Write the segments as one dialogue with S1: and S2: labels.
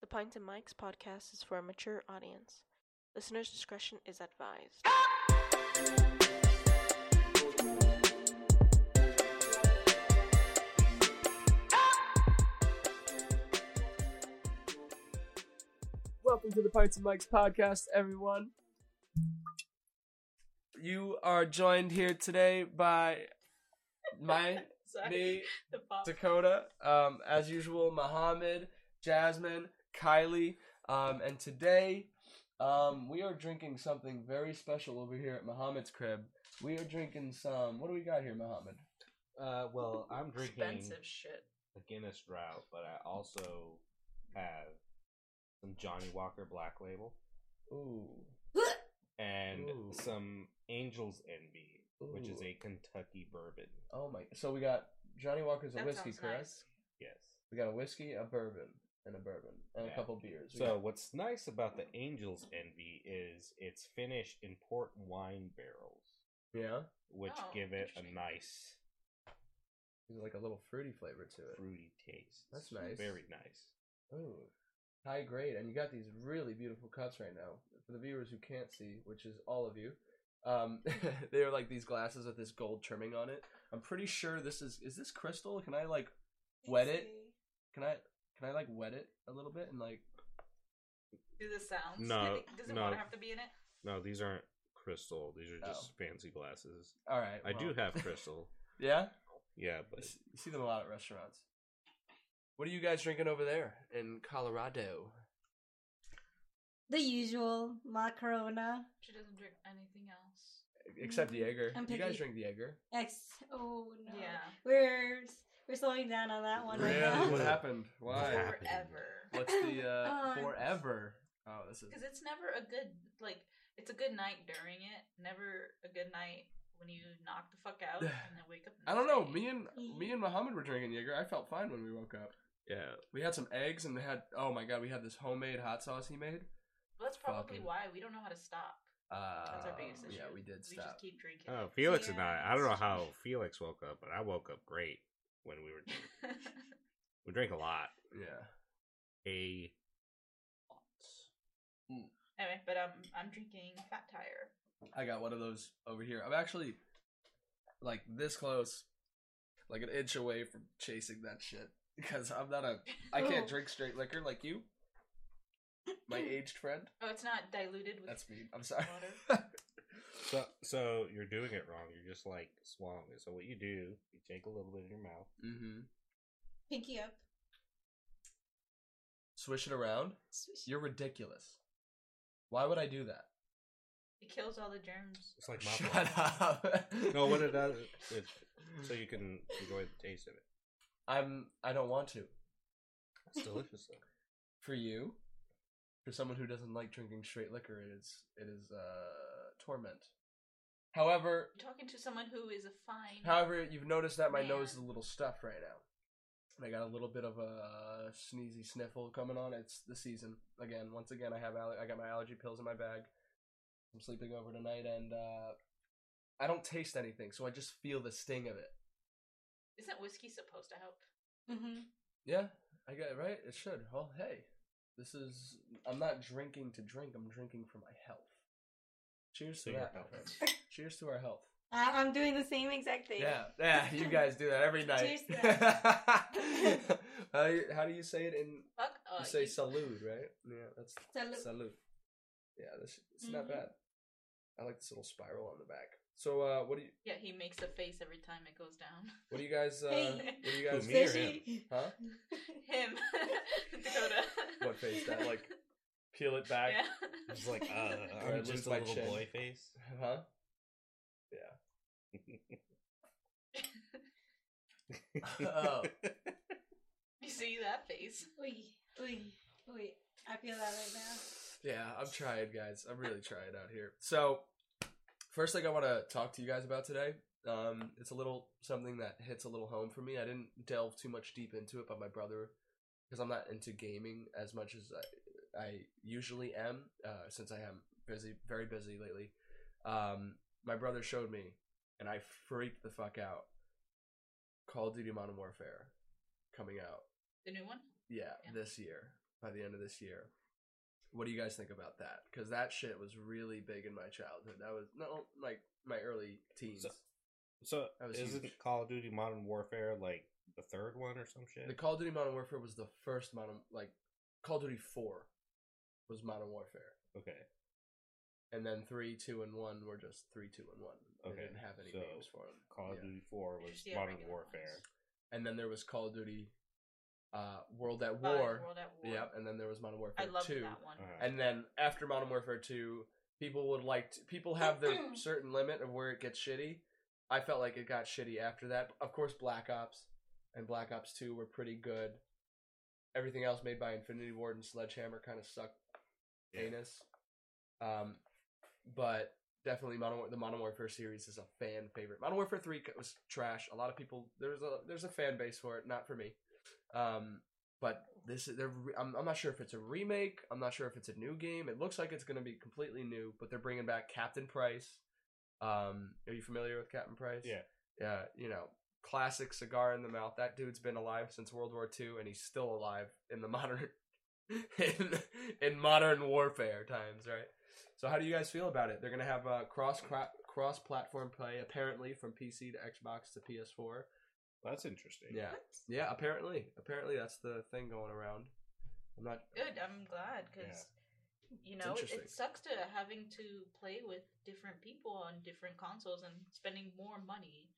S1: The Pints and Mics podcast is for a mature audience. Listener's discretion is advised.
S2: Welcome to the Pints and Mikes podcast, everyone. You are joined here today by my, me,
S1: The pop.
S2: Dakota, um, as usual, Muhammad, Jasmine, Kylie, um, and today um, we are drinking something very special over here at Muhammad's crib. We are drinking some. What do we got here, Muhammad?
S3: Uh, well, I'm drinking
S1: Expensive shit.
S3: a Guinness Draught, but I also have some Johnny Walker Black Label
S2: Ooh,
S3: and
S2: Ooh.
S3: some Angel's Envy, which is
S2: Ooh.
S3: a Kentucky bourbon.
S2: oh my! So we got Johnny Walker's a
S1: That
S2: whiskey,
S1: sounds
S2: correct?
S1: nice.
S3: Yes.
S2: We got a whiskey, a bourbon, and a bourbon, and a
S3: Yeah.
S2: couple beers. We
S3: So
S2: got-
S3: what's nice about the Angel's Envy is it's finished in port wine barrels,
S2: yeah,
S3: which
S1: Oh,
S3: give it a
S1: interesting.
S3: nice
S2: there's like a little fruity flavor to it.
S3: fruity taste.
S2: That's
S3: It's
S2: nice.
S3: Very nice.
S2: Ooh, high grade, and you got these really beautiful cups right now for the viewers who can't see, which is all of you. Um, they are like these glasses with this gold trimming on it. I'm pretty sure this is is this crystal? Can I like Wet it? can I can I like wet it a little bit and like
S4: do the sounds?
S3: No,
S4: Does it- Does it
S3: no.
S4: want to have to be in it?
S3: No, these aren't crystal. These are just
S2: Oh.
S3: fancy glasses.
S2: all right?
S3: I do
S2: well.
S3: have crystal.
S2: yeah,
S3: yeah,
S2: you
S3: but
S2: s- you see them a lot at restaurants. What are you guys drinking over there in Colorado?
S5: The usual Macarona.
S4: She doesn't drink anything else.
S2: Except
S5: Mm,
S2: Jaeger.
S5: I'm
S2: You guys
S5: picky.
S2: drink Jaeger.
S5: X. Oh no.
S4: Yeah.
S5: We're we're slowing down on that one right
S2: Really?
S5: now.
S2: What happened? Why?
S3: happened?
S4: Forever.
S2: What's the uh,
S5: Um,
S2: forever? Oh, this is
S4: Because it's never a good like. It's a good night during it. Never a good night when you knock the fuck out and then wake up. the
S2: I don't
S4: next
S2: know.
S4: day.
S2: Me and me and Muhammad were drinking Jaeger. I felt fine when we woke up.
S3: yeah,
S2: We had some eggs and they had oh my god, we had this homemade hot sauce he made.
S4: That's probably
S2: fucking-
S4: why we don't know how to stop.
S2: Uh,
S4: That's our biggest issue.
S2: Yeah, we did
S4: We
S2: stop.
S4: just keep drinking.
S3: Oh, Felix and I. I don't know
S4: Yeah.
S3: how Felix woke up, but I woke up great when we were we drank a lot.
S2: yeah.
S3: A lot.
S4: anyway, but um, I'm drinking Fat Tire.
S2: I got one of those over here. I'm actually like this close, like an inch away from chasing that shit because I'm not a I can't
S5: Oh.
S2: drink straight liquor like you. My aged friend.
S4: Oh, it's not diluted with.
S2: That's me. I'm sorry.
S3: So so you're doing it wrong. You're just like swung. So what you do, you take a little bit in your mouth.
S2: mm-hmm.
S5: Pinky up.
S2: Swish it around.
S5: Swish.
S2: You're ridiculous. Why would I do that?
S4: It kills all the germs.
S3: It's like my
S2: Shut up.
S3: No, what it does, it, so you can enjoy the taste of it.
S2: I'm. I don't want to.
S3: It's delicious though.
S2: For you, for someone who doesn't like drinking straight liquor, it is. It is uh, torment. However,
S4: You're talking to someone who is a fine.
S2: however, you've noticed that my
S4: Man.
S2: nose is a little stuffed right now, and I got a little bit of a sneezy sniffle coming on. It's the season again. Once again, I have. Aller- I got my allergy pills in my bag. I'm sleeping over tonight, and uh, I don't taste anything, so I just feel the sting of it.
S4: Isn't whiskey supposed to help?
S5: Mm-hmm.
S2: Yeah, I get it right. It should. Well, hey, this is. I'm not drinking to drink. I'm drinking for my health. Cheers to
S3: So your
S2: that, my
S3: health.
S2: friend. Cheers to our health.
S5: I, I'm doing the same exact thing.
S2: Yeah, yeah. You guys do that every night.
S5: Cheers to that.
S2: how, do you, how do you say it in?
S4: Fuck. Uh,
S2: You say
S4: you-
S2: salud, right? Yeah, that's
S5: Salud. Mm-hmm.
S2: salud. Yeah, this it's not
S4: Mhm.
S2: bad. I like this little spiral on the back. So, uh, what do you
S4: Yeah, he makes a face every time it goes down.
S2: what do you guys uh,
S5: Hey.
S2: what do you guys
S3: Who, me or
S5: Swishy.
S2: huh?
S4: Him, Dakota.
S2: What face? That, like, Peel it back,
S4: Yeah.
S3: It's like uh,
S2: I
S3: I'm
S2: lose
S3: just a
S2: my
S3: little
S2: chin.
S3: boy face.
S2: huh? Oh.
S4: You see that face?
S5: Oy, oy, oy. I feel that right now.
S2: Yeah, I'm trying, guys. I'm really trying out here. So, first thing I want to talk to you guys about today, um, it's a little something that hits a little home for me. I didn't delve too much deep into it, but my brother, because I'm not into gaming as much as I, I usually am, uh, since I am busy, very busy lately. Um, my brother showed me, and I freaked the fuck out. Call of Duty Modern Warfare coming out,
S4: The new one?
S2: yeah,
S4: Yeah.
S2: this year. by the end of this year. What do you guys think about that? Because that shit was really big in my childhood. That was no like my early teens.
S3: So- So
S2: That was
S3: isn't
S2: huge.
S3: Call of Duty Modern Warfare like the third one or some shit?
S2: the Call of Duty Modern Warfare was the first modern like Call of Duty Four was Modern Warfare,
S3: okay,
S2: and then three, two, and one were just three, two, and one. They
S3: Okay,
S2: didn't have any
S3: so
S2: names for them.
S3: Call of
S2: Yeah.
S3: Duty Four was
S4: Just the
S3: Modern
S4: regular
S3: Warfare.
S4: ones.
S2: and then there was Call of Duty uh, World at
S4: Oh,
S2: War.
S4: World at War.
S2: Yep, and then there was Modern
S4: I
S2: Warfare
S4: love
S2: Two.
S4: that one.
S3: Uh-huh.
S2: And then after Modern Warfare Two, people would like to, people have their certain limit of where it gets shitty. I felt like it got shitty after that. Of course, Black Ops and Black Ops Two were pretty good. Everything else made by Infinity Ward and Sledgehammer kind of sucked
S3: Yeah.
S2: anus. Um, but definitely Modern War- the Modern Warfare series is a fan favorite. Modern Warfare Three was trash. A lot of people there's a there's a fan base for it, not for me. Um, but this is they're re- I'm, I'm not sure if it's a remake. I'm not sure if it's a new game. It looks like it's going to be completely new, but they're bringing back Captain Price. Um, are you familiar with Captain Price?
S3: Yeah.
S2: Yeah, you know, classic cigar in the mouth. That dude's been alive since World War II, and he's still alive in the modern in, in modern warfare times, right? So how do you guys feel about it? They're gonna have uh, cross cross platform play apparently from PC to Xbox to PS4.
S3: That's interesting.
S2: Yeah, yeah. Apparently, apparently that's the thing going around. I'm not.
S4: Good. I'm glad because you know it,
S2: interesting.
S4: it sucks to having to play with different people on different consoles and spending more money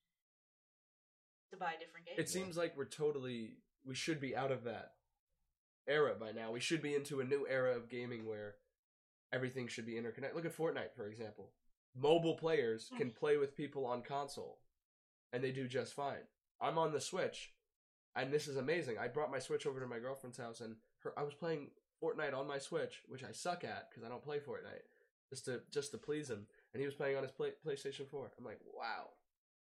S4: to buy different games.
S2: It seems like we're totally. We should be out of that era by now. We should be into a new era of gaming where everything should be interconnected. Look at Fortnite, for example. Mobile players can play with people on console, and they do just fine. I'm on the Switch, and this is amazing. I brought my Switch over to my girlfriend's house, and her I was playing Fortnite on my Switch, which I suck at because I don't play Fortnite, just to just to please him. And he was playing on his play, PlayStation 4. I'm like, wow,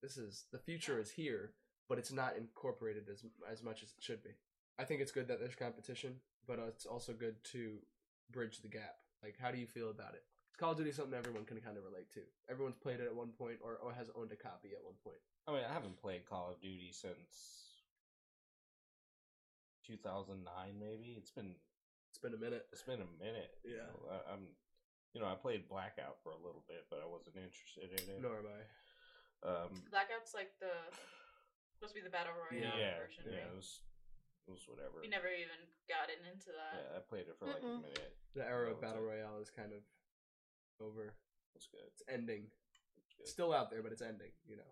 S2: this is the future is here, but it's not incorporated as as much as it should be. I think it's good that there's competition, but uh, it's also good to bridge the gap. Like, how do you feel about it? Call of Duty is something everyone can kind of relate to. Everyone's played it at one point or, or has owned a copy at one point.
S3: I mean, I haven't played Call of Duty since 2009, maybe. It's been
S2: It's been a minute.
S3: it's been a minute. you
S2: Yeah.
S3: know. I, I'm, you know, I played Blackout for a little bit, but I wasn't interested in it.
S2: Nor am I.
S3: Um,
S4: Blackout's like the supposed to be the battle
S3: yeah,
S4: royale
S3: yeah,
S4: version.
S3: it
S4: right?
S3: was, it was whatever.
S4: We never even gotten into that.
S3: yeah, I played it for like a
S1: Mm-mm.
S3: minute.
S2: The era
S3: No,
S2: of Battle
S3: it's-
S2: Royale is kind of over.
S3: It's good.
S2: It's ending.
S3: It's good.
S2: It's still out there, but it's ending, you know.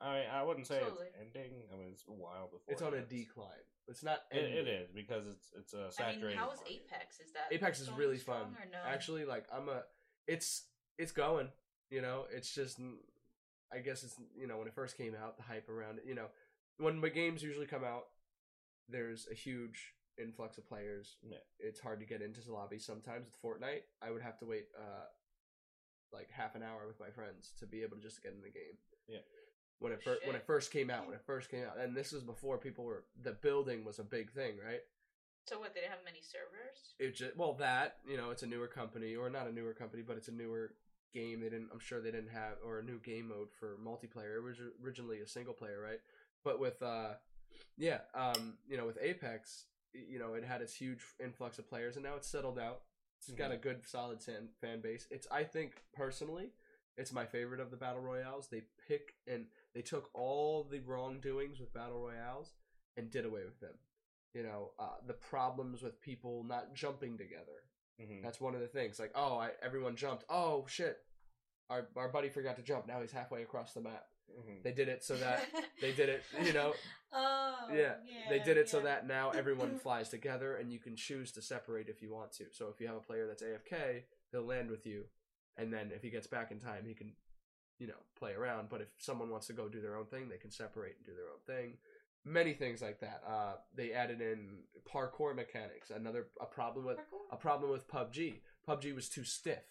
S3: I mean, I wouldn't say
S4: Slowly.
S3: it's ending. I mean, it's a while before.
S2: It's on a
S3: ends.
S2: decline. It's not ending.
S3: It, it is because it's it's a
S4: I mean,
S3: saturated.
S4: how is
S3: market.
S4: Apex? Is that
S2: Apex is
S4: going
S2: really
S4: strong
S2: fun.
S4: Or no?
S2: Actually, like I'm a, it's it's going. You know, it's just, n- I guess it's you know when it first came out, the hype around it. You know, when my games usually come out, there's a huge influx of players.
S3: Yeah.
S2: It's hard to get into the lobby sometimes. With Fortnite, I would have to wait uh, like half an hour with my friends to be able to just get in the game.
S3: Yeah.
S2: When it fir- when it
S4: Shit.
S2: first came out, when it first came out, and this was before people were the building was a big thing, right?
S4: so what? They didn't have many servers.
S2: it just well that you know it's a newer company or not a newer company but it's a newer game they didn't i'm sure they didn't have or a new game mode for multiplayer it was originally a single player right but with uh yeah um you know with apex y- you know it had its huge influx of players and now it's settled out It's got a good solid san- fan base it's i think personally it's my favorite of the battle royales they pick and they took all the wrongdoings with battle royales and did away with them you know uh, the problems with people not jumping together
S3: Mhm.
S2: that's one of the things like oh I, everyone jumped oh shit our, our buddy forgot to jump now he's halfway across the map
S3: Mhm.
S2: they did it so that they did it you know
S5: Oh.
S2: yeah, they did it so
S5: yeah.
S2: that now everyone flies together and you can choose to separate if you want to so if you have a player that's afk he'll land with you and then if he gets back in time he can you know play around but if someone wants to go do their own thing they can separate and do their own thing many things like that uh, they added in parkour mechanics another a problem with a problem with PUBG. PUBG was too stiff.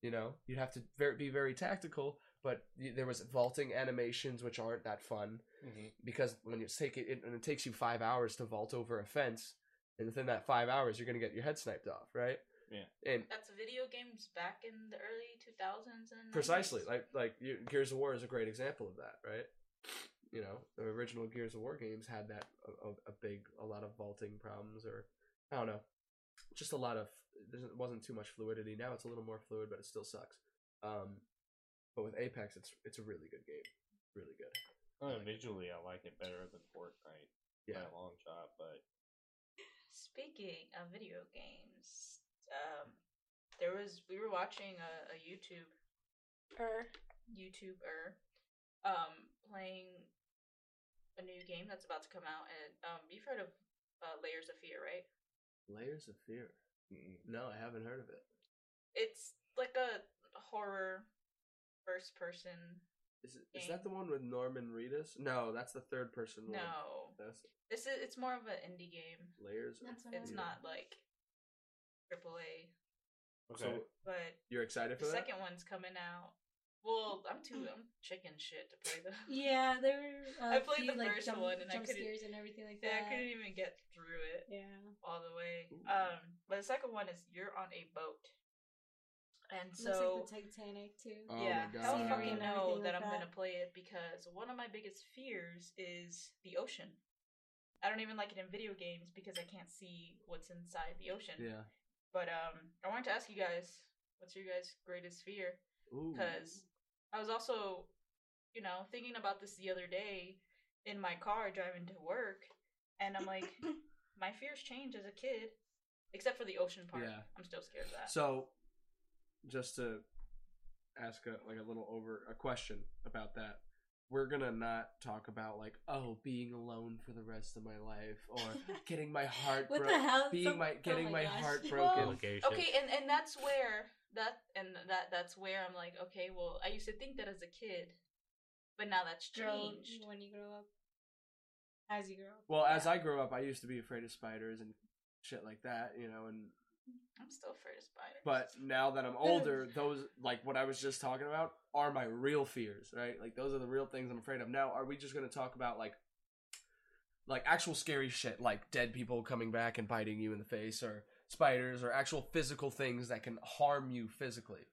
S2: You know, you'd have to ver- be very tactical, but y- there was vaulting animations which aren't that fun
S3: Mhm.
S2: because when you take it, it, and it takes you five hours to vault over a fence, and within that five hours you're gonna get your head sniped off, right?
S3: Yeah.
S2: And
S4: That's video games back in the early 2000s and
S2: precisely
S4: 90s.
S2: like like you- Gears of War is a great example of that, right? You know, the original Gears of War games had that a, a, a big a lot of vaulting problems, or I don't know. just a lot of there wasn't too much fluidity. Now it's a little more fluid, but it still sucks. Um, but with Apex, it's it's a really good game, really good.
S3: Uh, visually, I like it better than Fortnite by
S2: Yeah,
S3: a long shot, but
S4: Speaking of video games, um, there was we were watching a, a YouTube
S1: Er,
S4: YouTuber um playing a new game that's about to come out, and um, you've heard of uh, Layers of Fear, right?
S2: Layers of Fear.
S3: mm-mm.
S2: No, I haven't heard of it.
S4: It's like a horror first person.
S2: Is it, is that the one with Norman Reedus? No, that's the third person one.
S4: No,
S2: That's
S4: this is it's more of an indie game.
S2: Layers. of-
S5: That's what
S4: It's
S5: I-
S4: not like AAA,
S3: okay.
S2: So
S4: but
S2: you're excited for
S4: the
S2: that? Mm.
S4: second one's coming out. Well, I'm too I'm chicken shit to play the.
S5: Yeah, there were.
S4: I
S5: a
S4: played
S5: few,
S4: the
S5: like,
S4: first
S5: jump,
S4: one and I
S5: jump
S4: couldn't-
S5: scares and everything like that.
S4: Yeah, I couldn't even get through it
S5: Yeah.
S4: all the way.
S2: Ooh.
S4: Um, but the second one is you're on a boat, and so
S5: Looks like the Titanic too.
S2: Oh
S4: yeah,
S2: my
S4: hell
S2: God.
S4: fucking
S5: Scenery and
S4: know
S5: everything
S4: that
S5: like
S4: I'm gonna
S5: that.
S4: play it because one of my biggest fears is the ocean. I don't even like it in video games because I can't see what's inside the ocean.
S2: yeah.
S4: But um, I wanted to ask you guys, what's your guys' greatest fear?
S2: Ooh.
S4: because I was also, you know, thinking about this the other day in my car driving to work, and I'm like, my fears change as a kid, except for the ocean part.
S2: Yeah.
S4: I'm still scared of that.
S2: So, just to ask a, like a little over a question about that, we're gonna not talk about like oh being alone for the rest of my life or getting my heart
S5: What the
S2: broke-
S5: hell?
S2: being
S5: Some-
S2: my
S5: oh
S2: getting
S5: my
S2: my,
S5: gosh.
S2: heart
S5: Well,
S2: broken.
S3: Location.
S4: okay, and and that's where that and that that's where I'm like, okay, well, I used to think that as a kid, but now that's
S5: Grow
S4: changed.
S5: when you grow up. As you grow up.
S2: Well, as I grew up, I used to be afraid of spiders and shit like that, you know, and
S4: I'm still afraid of spiders.
S2: but now that I'm older, those like what I was just talking about are my real fears, right? Like those are the real things I'm afraid of. Now, are we just going to talk about like like actual scary shit, like dead people coming back and biting you in the face, or spiders, or actual physical things that can harm you physically,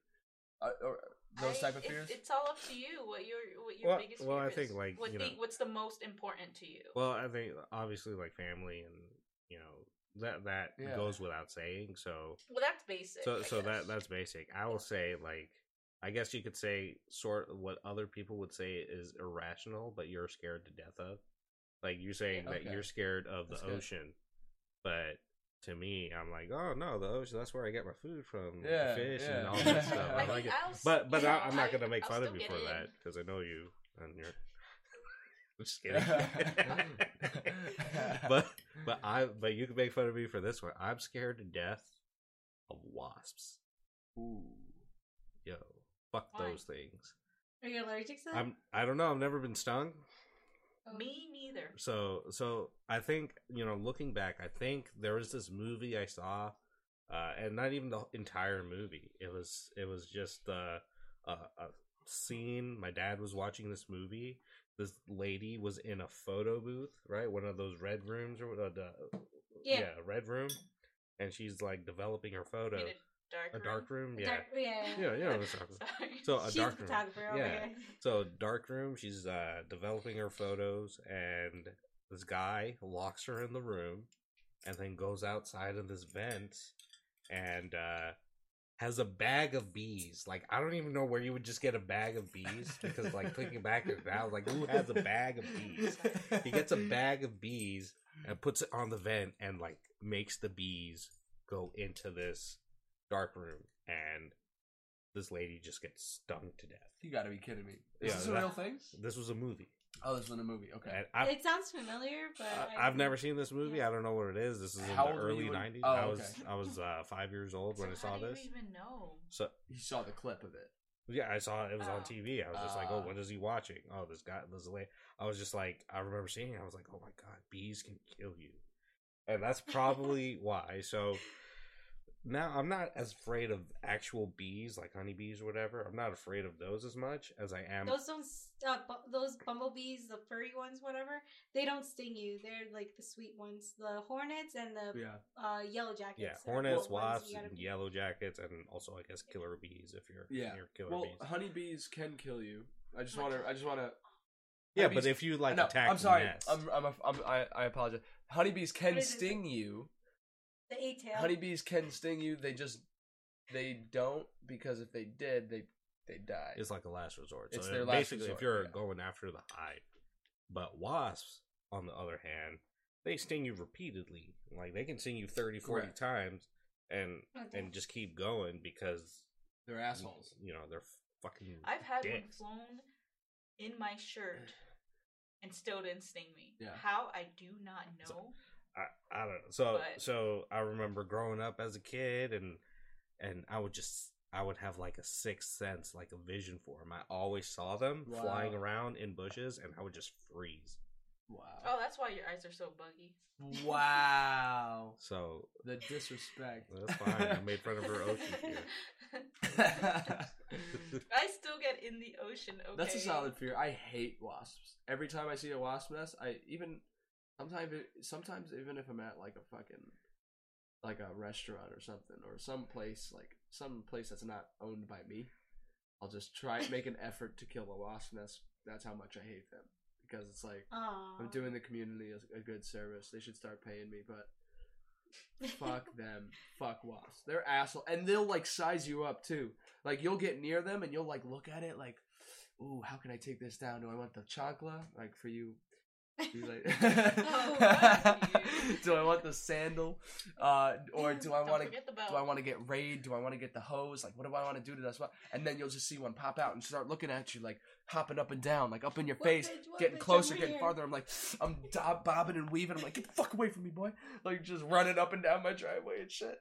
S2: uh, or those
S4: I-
S2: type of
S4: it-
S2: fears?
S4: it's all up to you. What your what your
S3: Well-
S4: biggest
S3: well,
S4: fear
S3: I think,
S4: is.
S3: like,
S4: what
S3: you
S4: the,
S3: know-
S4: what's the most important to you.
S3: Well, I think obviously like family and you know that that
S2: Yeah.
S3: goes without saying. So
S4: Well, that's basic.
S3: so
S4: I
S3: so
S4: guess.
S3: that that's basic. I will say like I guess you could say sort of what other people would say is irrational, but you're scared to death of. Like you saying
S2: Okay.
S3: that you're scared of the
S2: That's good.
S3: ocean, but to me, I'm like, oh no, the ocean. That's where I get my food from, the
S2: Yeah,
S3: fish
S2: yeah.
S3: and all that stuff. I
S2: I
S3: like it,
S4: I'll s-
S3: but but
S4: you
S3: I,
S4: know,
S3: I'm not
S4: I-
S3: gonna make
S4: I'll
S3: fun of
S4: still
S3: you
S4: get
S3: for
S4: in.
S3: that because I know you and you're. I'm just kidding. but but I but you can make fun of me for this one. I'm scared to death of wasps.
S2: Ooh.
S3: Yo, fuck
S4: Why?
S3: those things.
S5: Are you allergic to that?
S3: I'm I don't know. I've never been stung,
S5: Oh.
S4: Me neither.
S3: so so I think you know. Looking back, I think there was this movie I saw, uh, and not even the entire movie. It was it was just uh, a a scene. My dad was watching this movie. This lady was in a photo booth, right? One of those red rooms or uh, the yeah.
S5: Yeah.
S3: red room, and she's like developing her
S4: You
S3: photo.
S4: mean a dark
S3: a
S4: room?
S3: dark room, yeah.
S5: Dark- yeah.
S3: Yeah, you know what I'm talking about.
S4: Sorry.
S3: So a
S5: She's
S3: dark
S5: a
S3: room.
S5: photographer. Oh
S3: yeah.
S5: my god.
S3: So dark room. She's uh, developing her photos, and this guy locks her in the room, and then goes outside of this vent, and uh, has a bag of bees. Like I don't even know where you would just get a bag of bees because, like, thinking back at it now, like who has a bag of bees? He gets a bag of bees and puts it on the vent, and like makes the bees go into this dark room, and this lady just gets stung to death.
S2: You gotta be kidding me! Is
S3: Yeah,
S2: this a
S3: that-
S2: real thing?
S3: This was a movie.
S2: Oh, this is in a movie. Okay.
S3: And I've,
S5: It sounds familiar, but
S3: I-
S5: I-
S3: I've never seen this movie. I don't know what it is. This is in
S2: How
S3: the
S2: old were you
S3: early
S2: when-
S3: '90s.
S2: Oh,
S3: I was
S2: okay.
S3: I was uh, five years old when I
S4: So how
S3: saw
S4: do
S3: this.
S4: You even know.
S3: So
S2: You saw the clip of it.
S3: yeah, I saw it. It was on
S4: Oh.
S3: TV. I was just like,
S2: Ah.
S3: oh, what is he watching? Oh, this guy, this lady. I was just like, I remember seeing. it. I was like, oh my god, bees can kill you, and that's probably why. So now I'm not as afraid of actual bees, like honeybees or whatever. I'm not afraid of those as much as I am.
S5: those don't. s- Uh, bu- those bumblebees, the furry ones, whatever, they don't sting you. They're like the sweet ones, the hornets and the
S2: Yeah.
S5: uh, yellow jackets.
S3: yeah,
S5: are
S3: hornets,
S5: what ones
S3: wasps,
S5: you gotta
S3: and
S5: be-
S3: yellow jackets, and also I guess killer bees if you're
S2: Yeah.
S3: you're killer
S2: Well,
S3: bees.
S2: honeybees can kill you. I just
S4: Oh my
S2: want to.
S4: God.
S2: I just want to.
S3: Yeah,
S2: Honeybees-
S3: but if you like
S2: no,
S3: attack,
S2: I'm sorry. Um,
S3: the nest,
S2: I'm, I'm, a, I'm I, I apologize. Honeybees can
S5: What is it?
S2: sting you,
S5: The eight tail.
S2: Honeybees can sting you. They just they don't because if they did, they they die.
S3: It's like a last resort. So
S2: It's
S3: it-
S2: their last
S3: basically,
S2: resort,
S3: if you're
S2: yeah.
S3: going after the hive, but wasps, on the other hand, they sting you repeatedly. Like they can sting you 30, 40
S2: Correct.
S3: times, and
S5: Oh, damn.
S3: and just keep going because
S2: They're assholes.
S3: You know they're fucking.
S4: I've had one
S3: dicks.
S4: flown in my shirt and still didn't sting me.
S2: Yeah.
S4: How I do not
S3: So-
S4: know.
S3: I, I don't know. So
S4: But-
S3: so I remember growing up as a kid and and I would just I would have like a sixth sense, like a vision for them. I always saw them
S2: Wow.
S3: flying around in bushes and I would just freeze.
S2: Wow.
S4: Oh, that's why your eyes are so buggy.
S2: Wow.
S3: So
S2: The disrespect.
S3: that's fine. I made fun of her ocean fear.
S4: Mm. I still get in the ocean. Okay.
S2: That's a solid fear. I hate wasps. Every time I see a wasp nest, I even sometimes sometimes even if I'm at like a fucking like a restaurant or something or some place like some place that's not owned by me, I'll just try make an effort to kill a wasp nest. That's how much I hate them because it's like
S5: Aw.
S2: I'm doing the community a, a good service. They should start paying me, but fuck them. Fuck wasps. They're asshole, and they'll like size you up too. Like you'll get near them, and you'll like look at it like, ooh, how can I take this down? Do I want the chancla? Like for you. you like-
S4: right.
S2: do I want the sandal, uh, or do I
S4: Don't
S2: want to?
S4: forget the bell.
S2: Do I want to get raid? Do I want to get the hose? Like, what do I want to do to this? one? And then you'll just see one pop out and start looking at you, like hopping up and down, like up in your
S5: What
S2: face,
S5: bitch, what
S2: getting
S5: bitch, I'm
S2: closer, getting
S5: here.
S2: farther. I'm like, I'm dob- bobbing and weaving. I'm like, get the fuck away from me, boy! Like just running up and down my driveway and shit.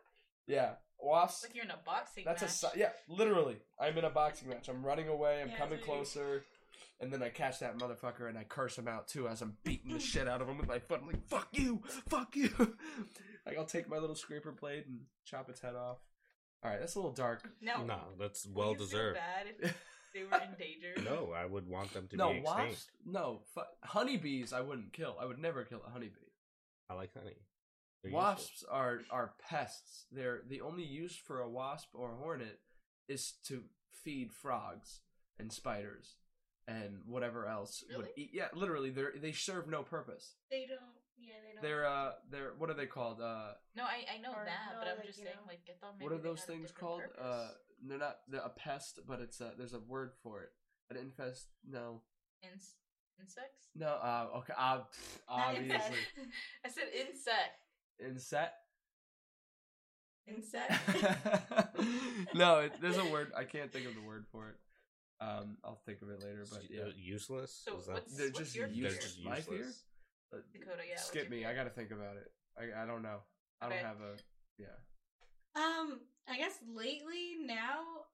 S2: Yeah,
S4: It's
S2: wasps.
S4: like you're in a boxing
S2: That's a
S4: match.
S2: si- yeah, literally. I'm in a boxing match. I'm running away. I'm
S5: Yeah,
S2: coming
S5: so you-
S2: closer. And then I catch that motherfucker and I curse him out too as I'm beating the shit out of him with my foot. I'm like, fuck you, fuck you. like, I'll take my little scraper blade and chop its head off. All right, that's a little dark.
S4: Now,
S3: No,
S4: would
S3: that's
S4: you
S3: well
S4: feel
S3: deserved.
S4: Bad if they were in danger.
S3: No, I would want them to
S2: no,
S3: be extinct.
S2: wasps? No, fu- honeybees I wouldn't kill. I would never kill a honeybee.
S3: I like honey. They're useful.
S2: Wasps are are pests. They're the only use for a wasp or hornet is to feed frogs and spiders and whatever else would
S4: Really?
S2: eat. Yeah, literally, they they serve no purpose.
S5: They don't. Yeah, they don't.
S2: They're uh, they're what are they called? Uh,
S4: No, I, I know
S5: Or
S4: that,
S5: no,
S4: but I'm
S5: like,
S4: just
S5: you
S4: saying,
S5: know.
S4: like, I thought maybe
S2: what are
S4: they
S2: those
S4: had a
S2: things
S4: different
S2: called?
S4: purpose.
S2: Uh, they're not they're a pest, but it's a, there's a word for it. An infest? No,
S4: Ins- insects?
S2: no. Uh, okay, uh, pff,
S4: Not
S2: obviously,
S4: insect. I said insect.
S2: insect.
S5: insect.
S2: no, it, there's a word. I can't think of the word for it. Um, I'll think of it later. But
S3: It's
S2: yeah,
S3: u- uh, useless.
S4: So
S3: Is that-
S4: what's-
S2: they're
S4: what's
S2: just
S4: your
S3: they're
S4: fear?
S2: useless.
S3: just
S2: My fear?
S3: useless.
S2: Uh,
S4: Dakota, yeah. what's
S2: skip
S4: your
S2: me.
S4: fear?
S2: I gotta think about it. I I don't know. I
S4: Okay.
S2: don't have a yeah.
S5: um, I guess lately now,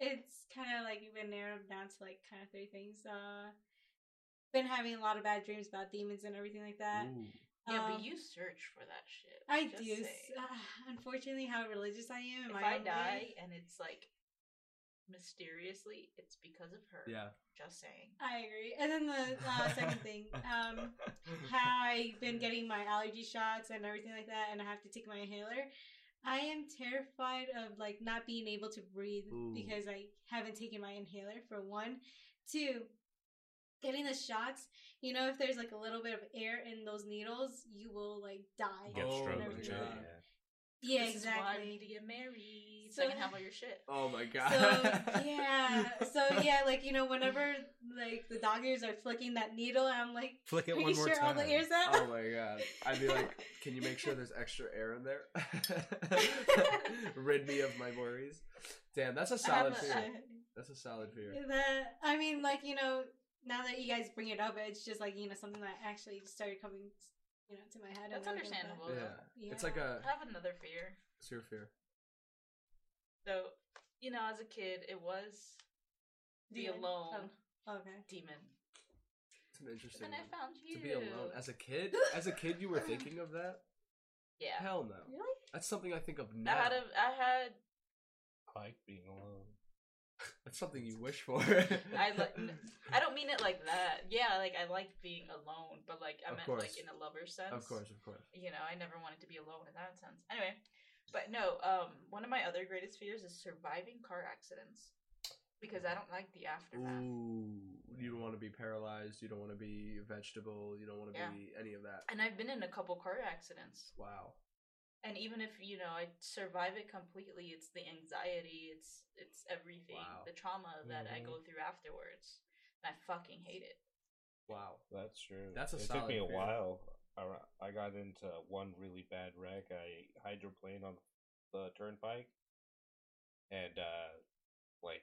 S5: it's kind of like been narrowed down to like kind of three things. Uh, been having a lot of bad dreams about demons and everything like
S4: Uh,
S5: that.
S2: Ooh.
S4: Yeah,
S5: Um,
S4: but you search for that shit.
S5: I
S4: just
S5: do.
S4: saying.
S5: Uh, unfortunately, how religious I am. in
S4: If
S5: my own
S4: I
S5: way.
S4: die and it's like mysteriously, it's because of her.
S2: Yeah.
S4: Just saying.
S5: I agree. And then the uh, second thing, um, how I've been getting my allergy shots and everything like that, and I have to take my inhaler. I am terrified of like not being able to breathe
S2: Ooh.
S5: because I haven't taken my inhaler for one. Two, getting the shots, you know, if there's like a little bit of air in those needles, you will like die.
S3: Get
S2: Oh
S3: stroke
S5: my
S3: and shit,
S2: God.
S3: yeah.
S5: Yeah,
S4: This is why we need to
S5: exactly.
S4: get married so,
S5: So-
S4: I can have all your shit.
S2: Oh my
S5: So
S2: god.
S5: yeah, so yeah, like you know, whenever like the doctors are flicking that needle, I'm like,
S3: Flick it
S5: are
S3: one
S5: you
S3: more
S5: sure all
S3: time.
S5: the ears out?
S2: Oh my god. I'd be like, can you make sure there's extra air in there? Rid me of my worries. Damn, that's a
S4: have
S2: solid
S4: a-
S2: fear. That's a solid fear.
S5: The- I mean, like you know, now that you guys bring it up, it's just like you know something that actually started coming, you know, to my head. and
S4: That's
S5: everything like that.
S4: understandable.
S2: Yeah.
S4: though.
S2: It's like
S5: Yeah.
S2: a
S4: I have another fear.
S2: it's your fear.
S4: So, you know, as a kid, it was be
S5: Demon.
S4: alone,
S5: Oh, okay.
S4: demon.
S2: It's an interesting
S4: And
S2: one.
S4: I found you.
S2: To be alone as a kid? As a kid, you were thinking of that?
S4: yeah.
S2: Hell no.
S5: Really?
S2: That's something I think of
S4: I
S2: now.
S4: had a, I had
S3: like being alone.
S2: That's something you wish for.
S4: I like. I don't mean it like that. Yeah, like I like being alone, but like I
S2: Of
S4: meant
S2: course.
S4: like in a lover sense.
S2: Of course, of course.
S4: You know, I never wanted to be alone in that sense. Anyway, but no. Um, one of my other greatest fears is surviving car accidents because I don't like the aftermath.
S2: Ooh, you don't want to be paralyzed. You don't want to be a vegetable. You don't want to
S4: Yeah.
S2: be any of that.
S4: And I've been in a couple car accidents.
S2: Wow.
S4: and even if you know I survive it completely, it's the anxiety, it's it's everything,
S2: Wow. Mm-hmm.
S4: the trauma that I
S3: Mhm.
S4: go through afterwards. And I fucking hate it.
S2: Wow.
S3: That's true.
S2: That's a
S3: It
S2: solid
S3: took me a
S2: fear.
S3: while. Ar- I got into one really bad wreck. I hydroplaned on the turnpike, and uh, like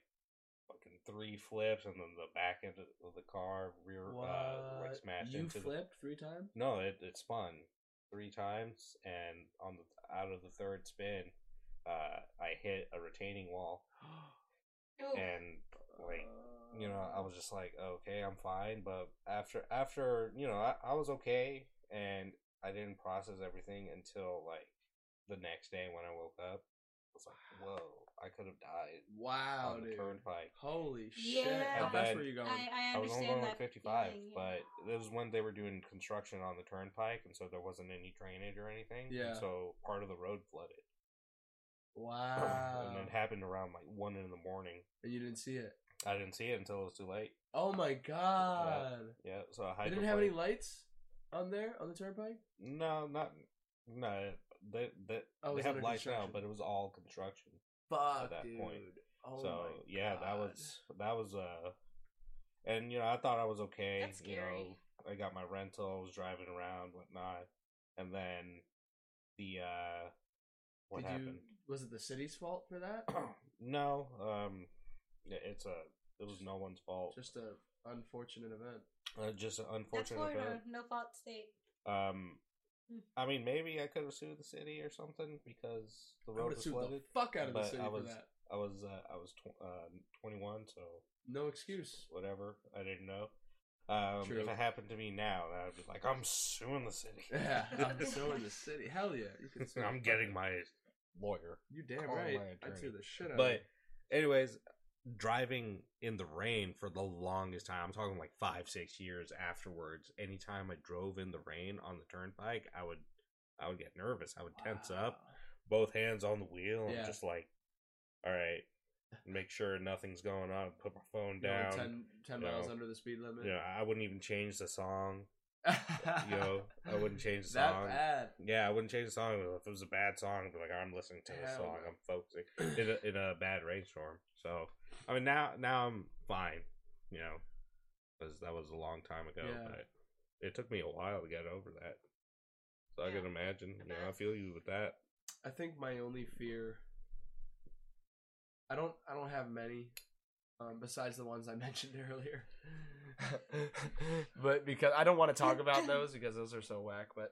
S3: fucking three flips, and then the back end of the car rear uh, like smashed
S2: you
S3: into.
S2: flipped three times?
S3: The- no, it it spun three times, and on the out of the third spin, uh, I hit a retaining wall,
S2: Oh.
S5: Ooh.
S3: and like you know i was just like okay i'm fine but after after you know i, I was okay and i didn't process everything until like the next day when i woke up i was like whoa i could have died
S2: Wow,
S3: on the
S2: Oh, dude.
S3: turnpike
S2: Holy shit.
S5: Yeah.
S2: That's
S3: And
S2: where you're going.
S5: I,
S3: i
S5: I
S3: was only
S5: understand
S3: going
S5: that
S3: like 55
S5: feeling, yeah.
S3: but it was when they were doing construction on the turnpike and so there wasn't any drainage or anything and
S2: Yeah.
S3: so part of the road flooded
S2: wow.
S3: and it happened around like one in the morning
S2: And you didn't see it.
S3: i didn't see it until it was too late
S2: Oh my god.
S3: yeah so i
S2: They didn't have any
S3: hydroplaned.
S2: lights on there on the turnpike?
S3: No, not no. They they,
S2: Oh, it
S3: they
S2: was
S3: have
S2: under
S3: lights now,
S2: construction.
S3: but it was all construction.
S2: Fuck,
S3: that
S2: dude.
S3: point.
S2: Oh
S3: so
S2: my
S3: yeah, that
S2: God.
S3: was that was uh, and you know I thought I was okay.
S4: That's scary.
S3: You know, I got my rental. I was driving around, whatnot, and then the uh, what
S2: Did
S3: happened?
S2: you was it the city's fault for that?
S3: no, um, yeah, it's a it was no one's fault. Just,
S2: Just a unfortunate event.
S3: uh, just an
S5: That's
S3: unfortunate
S5: Florida,
S3: event.
S5: no fault state.
S3: Um.
S5: Hmm.
S3: I mean, maybe I could have sued the city or something because the
S2: I
S3: road
S2: would
S3: was
S2: sue the
S3: flooded.
S2: fuck out of the
S3: but
S2: city
S3: I
S2: for
S3: was-
S2: that.
S3: I was uh, I was tw- uh, 21, so
S2: No excuse.
S3: whatever. I didn't know. Um,
S2: True.
S3: if it happened to me now, I'd be like, I'm suing the city.
S2: Yeah, I'm suing the city. Hell yeah, you can sue
S3: I'm
S2: the
S3: getting
S2: fuck-
S3: my lawyer.
S2: You damn
S3: call
S2: right.
S3: my
S2: I'd sue
S3: attorney.
S2: the shit out.
S3: But anyways, driving in the rain for the longest time. I'm talking like five, six years afterwards. Anytime I drove in the rain on the turnpike, I would, I would get nervous. I would tense up. both hands on the wheel.
S2: Yeah.
S3: I'm just like, all right, make sure nothing's going on. Put my phone
S2: down.
S3: down.
S2: 10, 10
S3: you
S2: miles
S3: know.
S2: under the speed limit.
S3: You know, I wouldn't even change the song. you know, I wouldn't change the
S2: that
S3: song.
S2: bad.
S3: Yeah, I wouldn't change the song. If it was a bad song, I'd be like, I'm listening to the
S2: Hell
S3: song.
S2: no.
S3: I'm focusing in a, in a bad rainstorm. So, I mean, now now I'm fine. You know, because that was a long time ago.
S2: Yeah.
S3: But it took me a while to get over that. So I
S4: Yeah,
S3: can imagine.
S4: I
S3: You know, I
S4: bet.
S3: feel you with that.
S2: I think my only fear. I don't. I don't have many, um, besides the ones I mentioned earlier. but because I don't want to talk about those because those are so whack. But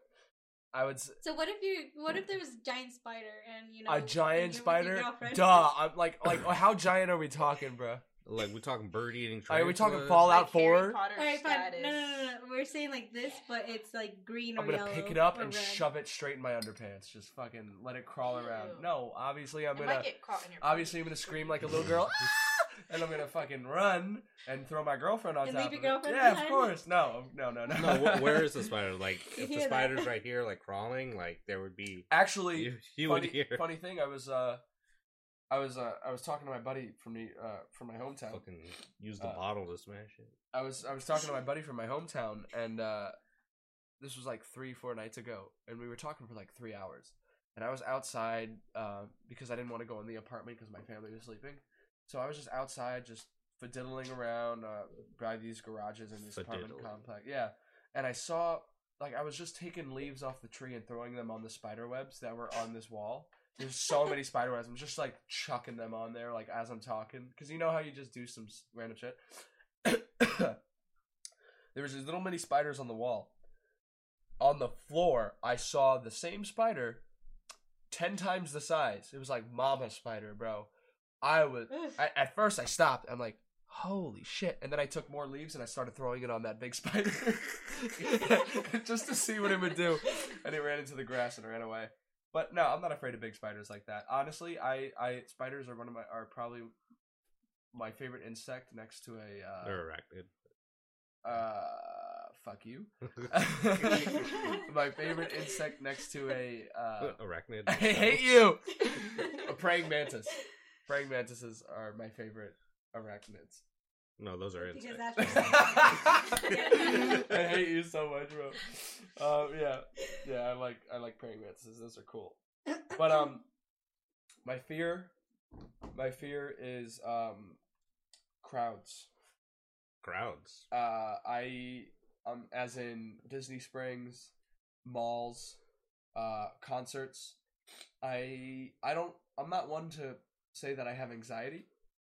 S2: I would. s-
S5: So what if you? What if there was a giant spider and you know
S2: a
S5: you're
S2: giant
S5: with your
S2: spider.
S5: girlfriend?
S2: Duh. I'm like, like, oh, how giant are we talking, bro?
S3: Like we're talking bird eating.
S2: Are Oh, we talking
S3: transplants?
S2: Fallout
S4: Like Harry
S2: Four?
S4: Potter
S5: All right, fine.
S4: status.
S5: No, no, no, no. We're saying like this, but it's like green or
S2: I'm gonna
S5: yellow.
S2: pick it up
S5: or
S2: and
S5: red.
S2: shove it straight in my underpants. Just fucking let it crawl around.
S4: Ew.
S2: No, obviously I'm
S4: It
S2: gonna
S4: might get caught in your
S2: obviously I'm
S4: pocket.
S2: gonna scream like a little girl, "Ah!" and I'm gonna fucking run and throw my girlfriend on
S5: And
S2: top.
S5: leave
S2: of
S5: your
S2: it.
S5: girlfriend
S2: Yeah, of
S5: behind?
S2: course. No, no, no, no.
S3: No, wh- where is the spider? Like,
S5: You
S3: if the
S5: hear that?
S3: spider's right here, like crawling, like there would be.
S2: Actually,
S3: You, you
S2: funny,
S3: would hear
S2: funny thing. I was uh, I was uh, I was talking to my buddy from the uh from my hometown.
S3: fucking use the
S2: Uh,
S3: bottle to smash it.
S2: I was I was talking to my buddy from my hometown, and uh, this was like three four nights ago, and we were talking for like three hours, and I was outside uh, because I didn't want to go in the apartment because my family was sleeping, so I was just outside just fiddling around uh, by these garages in this apartment
S3: Fiddling.
S2: complex, yeah, and I saw like I was just taking leaves off the tree and throwing them on the spider webs that were on this wall. There's so many spider webs. I'm just like chucking them on there, like as I'm talking, because you know how you just do some s- random shit. there was these little mini spiders on the wall. On the floor, I saw the same spider, ten times the size. It was like mama spider, bro. I was
S5: Ugh.
S2: I, at first I stopped. I'm like, holy shit! And then I took more leaves and I started throwing it on that big spider, just to see what it would do. And it ran into the grass and ran away. But no, I'm not afraid of big spiders like that. Honestly, I, I spiders are one of my are probably my favorite insect next to a
S3: They're erected.
S2: uh, uh fuck you. my favorite insect next to a uh,
S3: Arachnid.
S2: I hate you. A praying mantis. Praying mantises are my favorite arachnids.
S3: No, those are
S5: Because
S3: insects.
S5: that's
S2: I hate you so much, bro. Um, yeah, yeah. I like I like praying mantises. Those are cool. But um, my fear, my fear is um, crowds.
S3: Crowds.
S2: Uh, I um, as in Disney Springs, malls, uh, concerts. I I don't. I'm not one to say that I have anxiety.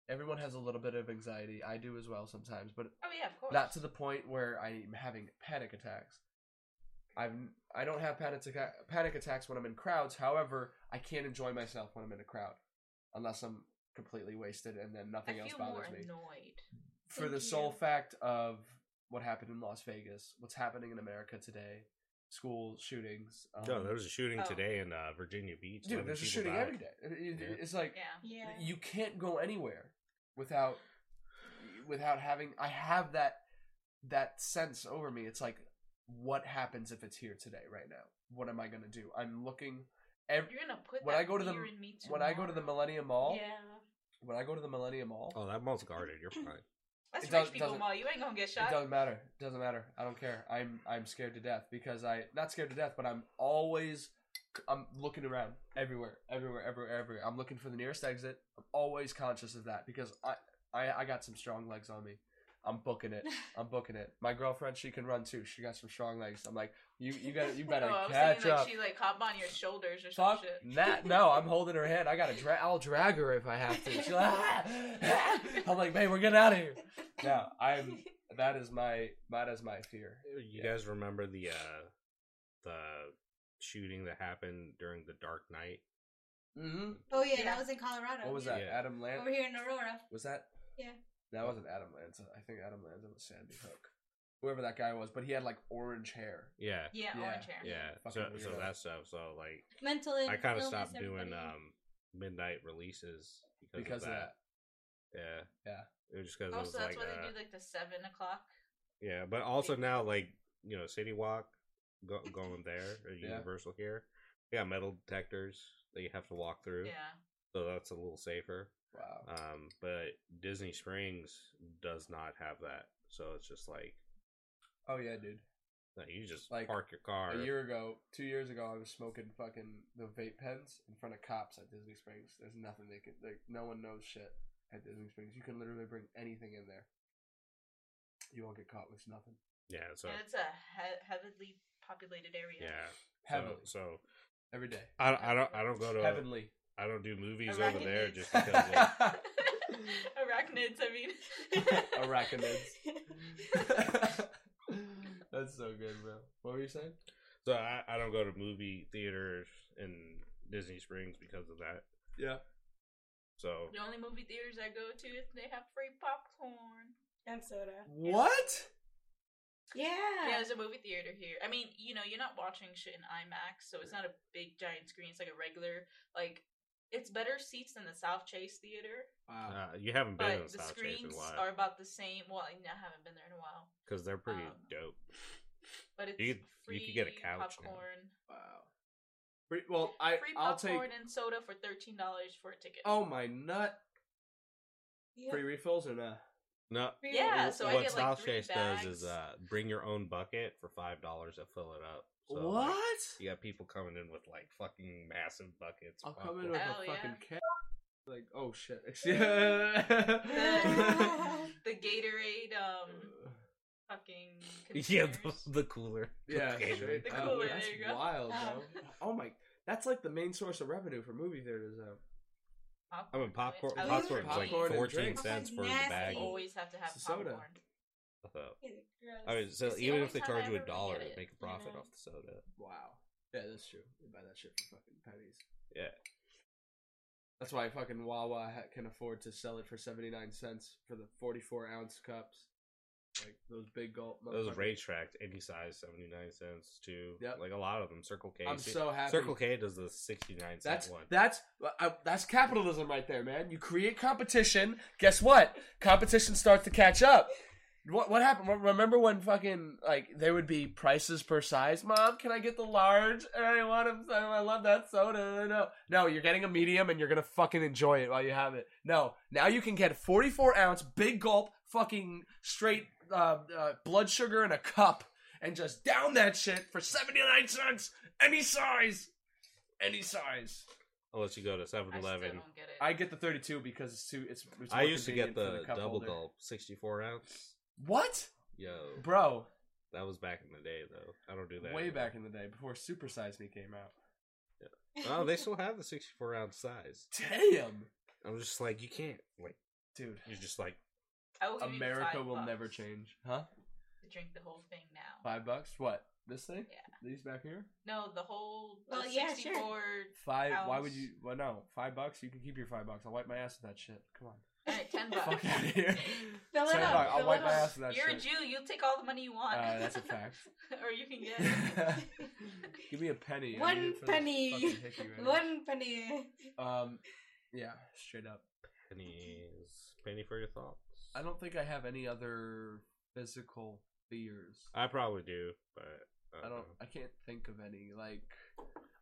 S2: Everyone has a little bit of anxiety. I do as well sometimes, but
S4: Oh yeah, of course.
S2: not to the point where I'm having panic attacks. I've I don't have panic atta- panic attacks when I'm in crowds. However, I can't enjoy myself when I'm in a crowd, unless I'm completely wasted and then
S4: I
S2: nothing else
S4: feel more
S2: bothers me.
S4: annoyed.
S2: For the
S5: Thank
S2: sole
S5: you.
S2: fact of what happened in Las Vegas, what's happening in America today, school shootings. Um,
S3: no, there was a shooting
S4: oh.
S3: today in uh, Virginia Beach.
S2: dude,
S3: 11
S2: there's a
S3: people
S2: shooting
S3: died.
S2: every day. It- it-
S3: Yeah.
S2: It's like
S4: Yeah.
S5: yeah.
S2: you can't go anywhere without without having i have that that sense over me it's like what happens if it's here today right now what am i going to do i'm looking ev-
S4: You're gonna put
S2: When
S4: that
S2: I go to the-
S4: fear in me
S2: when i go to the
S4: tomorrow.
S2: millennium mall
S5: Yeah.
S2: when i go to the millennium mall
S3: Oh, that mall's guarded. You're fine. Uh,
S4: That's
S2: it does-
S4: rich people
S2: doesn't-
S4: mall. You ain't gonna get
S2: it
S4: shot.
S2: doesn't matter it doesn't matter i don't care i'm i'm scared to death because i not scared to death but i'm always i'm looking around everywhere everywhere everywhere everywhere i'm looking for the nearest exit i'm always conscious of that because i i, I got some strong legs on me i'm booking it I'm booking it. My girlfriend, she can run too. She got some strong legs. I'm like, you, you got, you better
S4: No, I was
S2: catch
S4: thinking
S2: up.
S4: Oh, like she like hop on your shoulders or some
S2: Fuck
S4: shit.
S2: that! No, I'm holding her hand. I gotta drag. I'll drag her if I have to. She's like, "Ah, ah." I'm like, babe, we're getting out of here. No, I'm. That is my. That is my fear.
S3: You
S2: Yeah.
S3: guys remember the uh, the shooting that happened during the Dark Knight?
S2: Mm-hmm.
S5: Oh yeah,
S4: Yeah.
S5: that was in Colorado.
S2: What was
S3: Yeah.
S2: that? Adam
S5: Um, Over
S2: Land?
S5: here in Aurora.
S2: Was that?
S5: Yeah.
S2: That wasn't Adam Lanza. I think Adam Lanza was Sandy Hook. Whoever that guy was, but he had like orange hair.
S3: Yeah,
S4: Yeah,
S2: Yeah.
S4: orange hair.
S3: yeah. So,
S2: Fucking
S3: so
S2: weirdo.
S3: that stuff. So like,
S5: Mental
S3: I kind of
S5: illness,
S3: stopped doing
S5: everybody.
S3: um midnight releases because,
S2: Because
S3: of
S2: of
S3: that. Yeah,
S2: Yeah.
S3: It was just because it
S4: Oh,
S3: was
S4: so that's
S3: like,
S4: why
S3: uh,
S4: they do like the seven o'clock.
S3: yeah. But also now, like you know, City Walk go, going there or
S2: Yeah.
S3: Universal here, they got metal detectors that you have to walk through.
S4: Yeah.
S3: So that's a little safer.
S2: Wow.
S3: Um, but Disney Springs does not have that, so it's just like
S2: Oh yeah, dude.
S3: no, you just
S2: Like,
S3: park your car.
S2: A year ago, two years ago, I was smoking fucking the vape pens in front of cops at Disney Springs. There's nothing they can like. No one knows shit at Disney Springs. You can literally bring anything in there. You won't get caught with nothing.
S3: Yeah, so
S4: and it's a he- heavily populated area.
S3: yeah, so,
S2: Heavenly
S3: so
S2: every day.
S3: I, I don't I don't go to
S2: Heavenly.
S3: I don't do movies over
S4: Arachnids.
S3: there just because of,
S4: Arachnids, I mean.
S3: um,
S2: Arachnids. That's so good, bro. What were you saying?
S3: so I, I don't go to movie theaters in Disney Springs because of that.
S2: Yeah.
S3: So
S4: The only movie theaters I go to is they have free popcorn.
S5: And soda.
S2: What?
S5: Yeah.
S4: Yeah, there's a movie theater here. I mean, you know, you're not watching shit in IMAX, so it's not a big giant screen. It's like a regular, like, it's better seats than the South Chase Theater,
S2: Wow.
S3: uh, you haven't been in
S4: Oh. but the
S3: South Chase in
S4: screens
S3: a while
S4: are about the same. Well, I I haven't been there in a while,
S3: because they're pretty
S4: um,
S3: dope.
S4: but it's
S3: You could-
S4: free
S3: you could get a couch now.
S4: popcorn,
S2: Wow. Free- Well, I
S4: free
S2: I'll take.
S4: popcorn and soda for thirteen dollars for a ticket.
S2: Oh my nut!
S5: Yeah.
S2: Free refills or nah?
S3: No,
S4: yeah, so I
S3: what
S4: get like
S3: South
S4: three
S3: Chase
S4: bags.
S3: does is uh, bring your own bucket for five dollars to fill it up. So,
S2: what?
S3: like, You got people coming in with like fucking massive buckets.
S2: I'll
S3: of
S2: come in
S3: popcorn.
S2: with
S4: Hell
S2: a
S4: yeah.
S2: fucking cat. Like, oh shit. yeah.
S4: the Gatorade, um, fucking
S3: yeah,
S4: containers.
S3: the, the cooler.
S2: yeah.
S3: Okay,
S2: straight
S4: The
S2: up.
S4: cooler,
S2: That's
S4: there you go.
S2: wild, bro.
S5: Oh.
S2: Oh my. That's like the main source of revenue for movie theaters, though.
S3: I mean, popcorn.
S4: I love
S3: Popcorn's like
S2: popcorn and
S3: fourteen
S2: drinks.
S3: cents for the
S5: Nasty.
S3: bag.
S4: You always have to have
S2: It's a soda.
S4: popcorn.
S3: So-
S5: Gross.
S3: I mean, so
S4: It's the
S3: even
S4: only
S3: if they
S4: time
S3: charge
S4: I
S3: you a
S4: ever forget
S3: dollar, they
S4: it,
S3: make a
S4: you
S3: profit
S4: know?
S3: off the soda.
S2: Wow. Yeah, that's true. You buy that shit for fucking pennies.
S3: Yeah.
S2: That's why fucking Wawa ha- can afford to sell it for seventy nine cents for the forty four ounce cups, like those big gulp.
S3: Those
S2: motherfuckers.
S3: rage tracks, any size, seventy nine cents too.
S2: Yep.
S3: Like a lot of them. Circle K.
S2: I'm
S3: see-
S2: so happy.
S3: Circle K does the sixty nine cent
S2: That's
S3: one.
S2: that's uh, that's capitalism right there, man. You create competition. Guess what? Competition starts to catch up. What what happened? re- Remember when fucking like there would be prices per size? Mom, can I get the large? I want them. I love that soda. No, no, you're getting a medium, and you're gonna fucking enjoy it while you have it. No, now you can get 44 ounce big gulp, fucking straight uh, uh, blood sugar in a cup, and just down that shit for 79 cents, any size any size.
S3: unless you go to 7
S4: I still
S3: Eleven.
S4: don't get it.
S2: I get the 32 because it's too. It's. it's
S3: I
S2: more
S3: used to get
S2: convenient for
S3: the
S2: cup
S3: double
S2: holder.
S3: gulp, 64 ounce.
S2: What,
S3: Yo,
S2: bro?
S3: that was back in the day, though. I don't do that.
S2: Way
S3: anymore.
S2: back in the day, before Super Size Me came out.
S3: Oh, they still have the 64 ounce size.
S2: Damn,
S3: I'm just like, you can't. Like,
S2: dude.
S3: you're just like,
S4: I will give you
S2: America
S4: five
S2: will never
S4: bucks
S2: change, huh?
S4: To drink the whole thing now.
S2: Five bucks. What? This thing?
S4: Yeah.
S2: These back here.
S4: No, the whole the
S5: Well, yeah, sure.
S4: 64
S2: Five. Why
S4: Ounce.
S2: would you? Well, no. Five bucks. You can keep your five bucks. I'll wipe my ass with that shit. Come on.
S4: Alright, 10
S2: Fuck
S4: bucks.
S2: out of here.
S5: Fill it
S2: Ten
S5: up.
S2: bucks. I'll
S5: fill
S2: wipe
S5: it
S2: my
S5: up.
S2: ass with that
S4: You're a
S2: shit.
S4: Jew. You'll take all the money you want.
S2: Uh, that's a fact.
S4: or you can get it.
S2: Give me a penny. I
S5: One
S2: need it for this
S5: penny.
S2: fucking hickey right now.
S5: One penny.
S2: Um, yeah, straight up.
S3: pennies. Penny for your thoughts.
S2: I don't think I have any other physical fears.
S3: I probably do, but. uh-uh.
S2: I don't. I can't think of any. Like,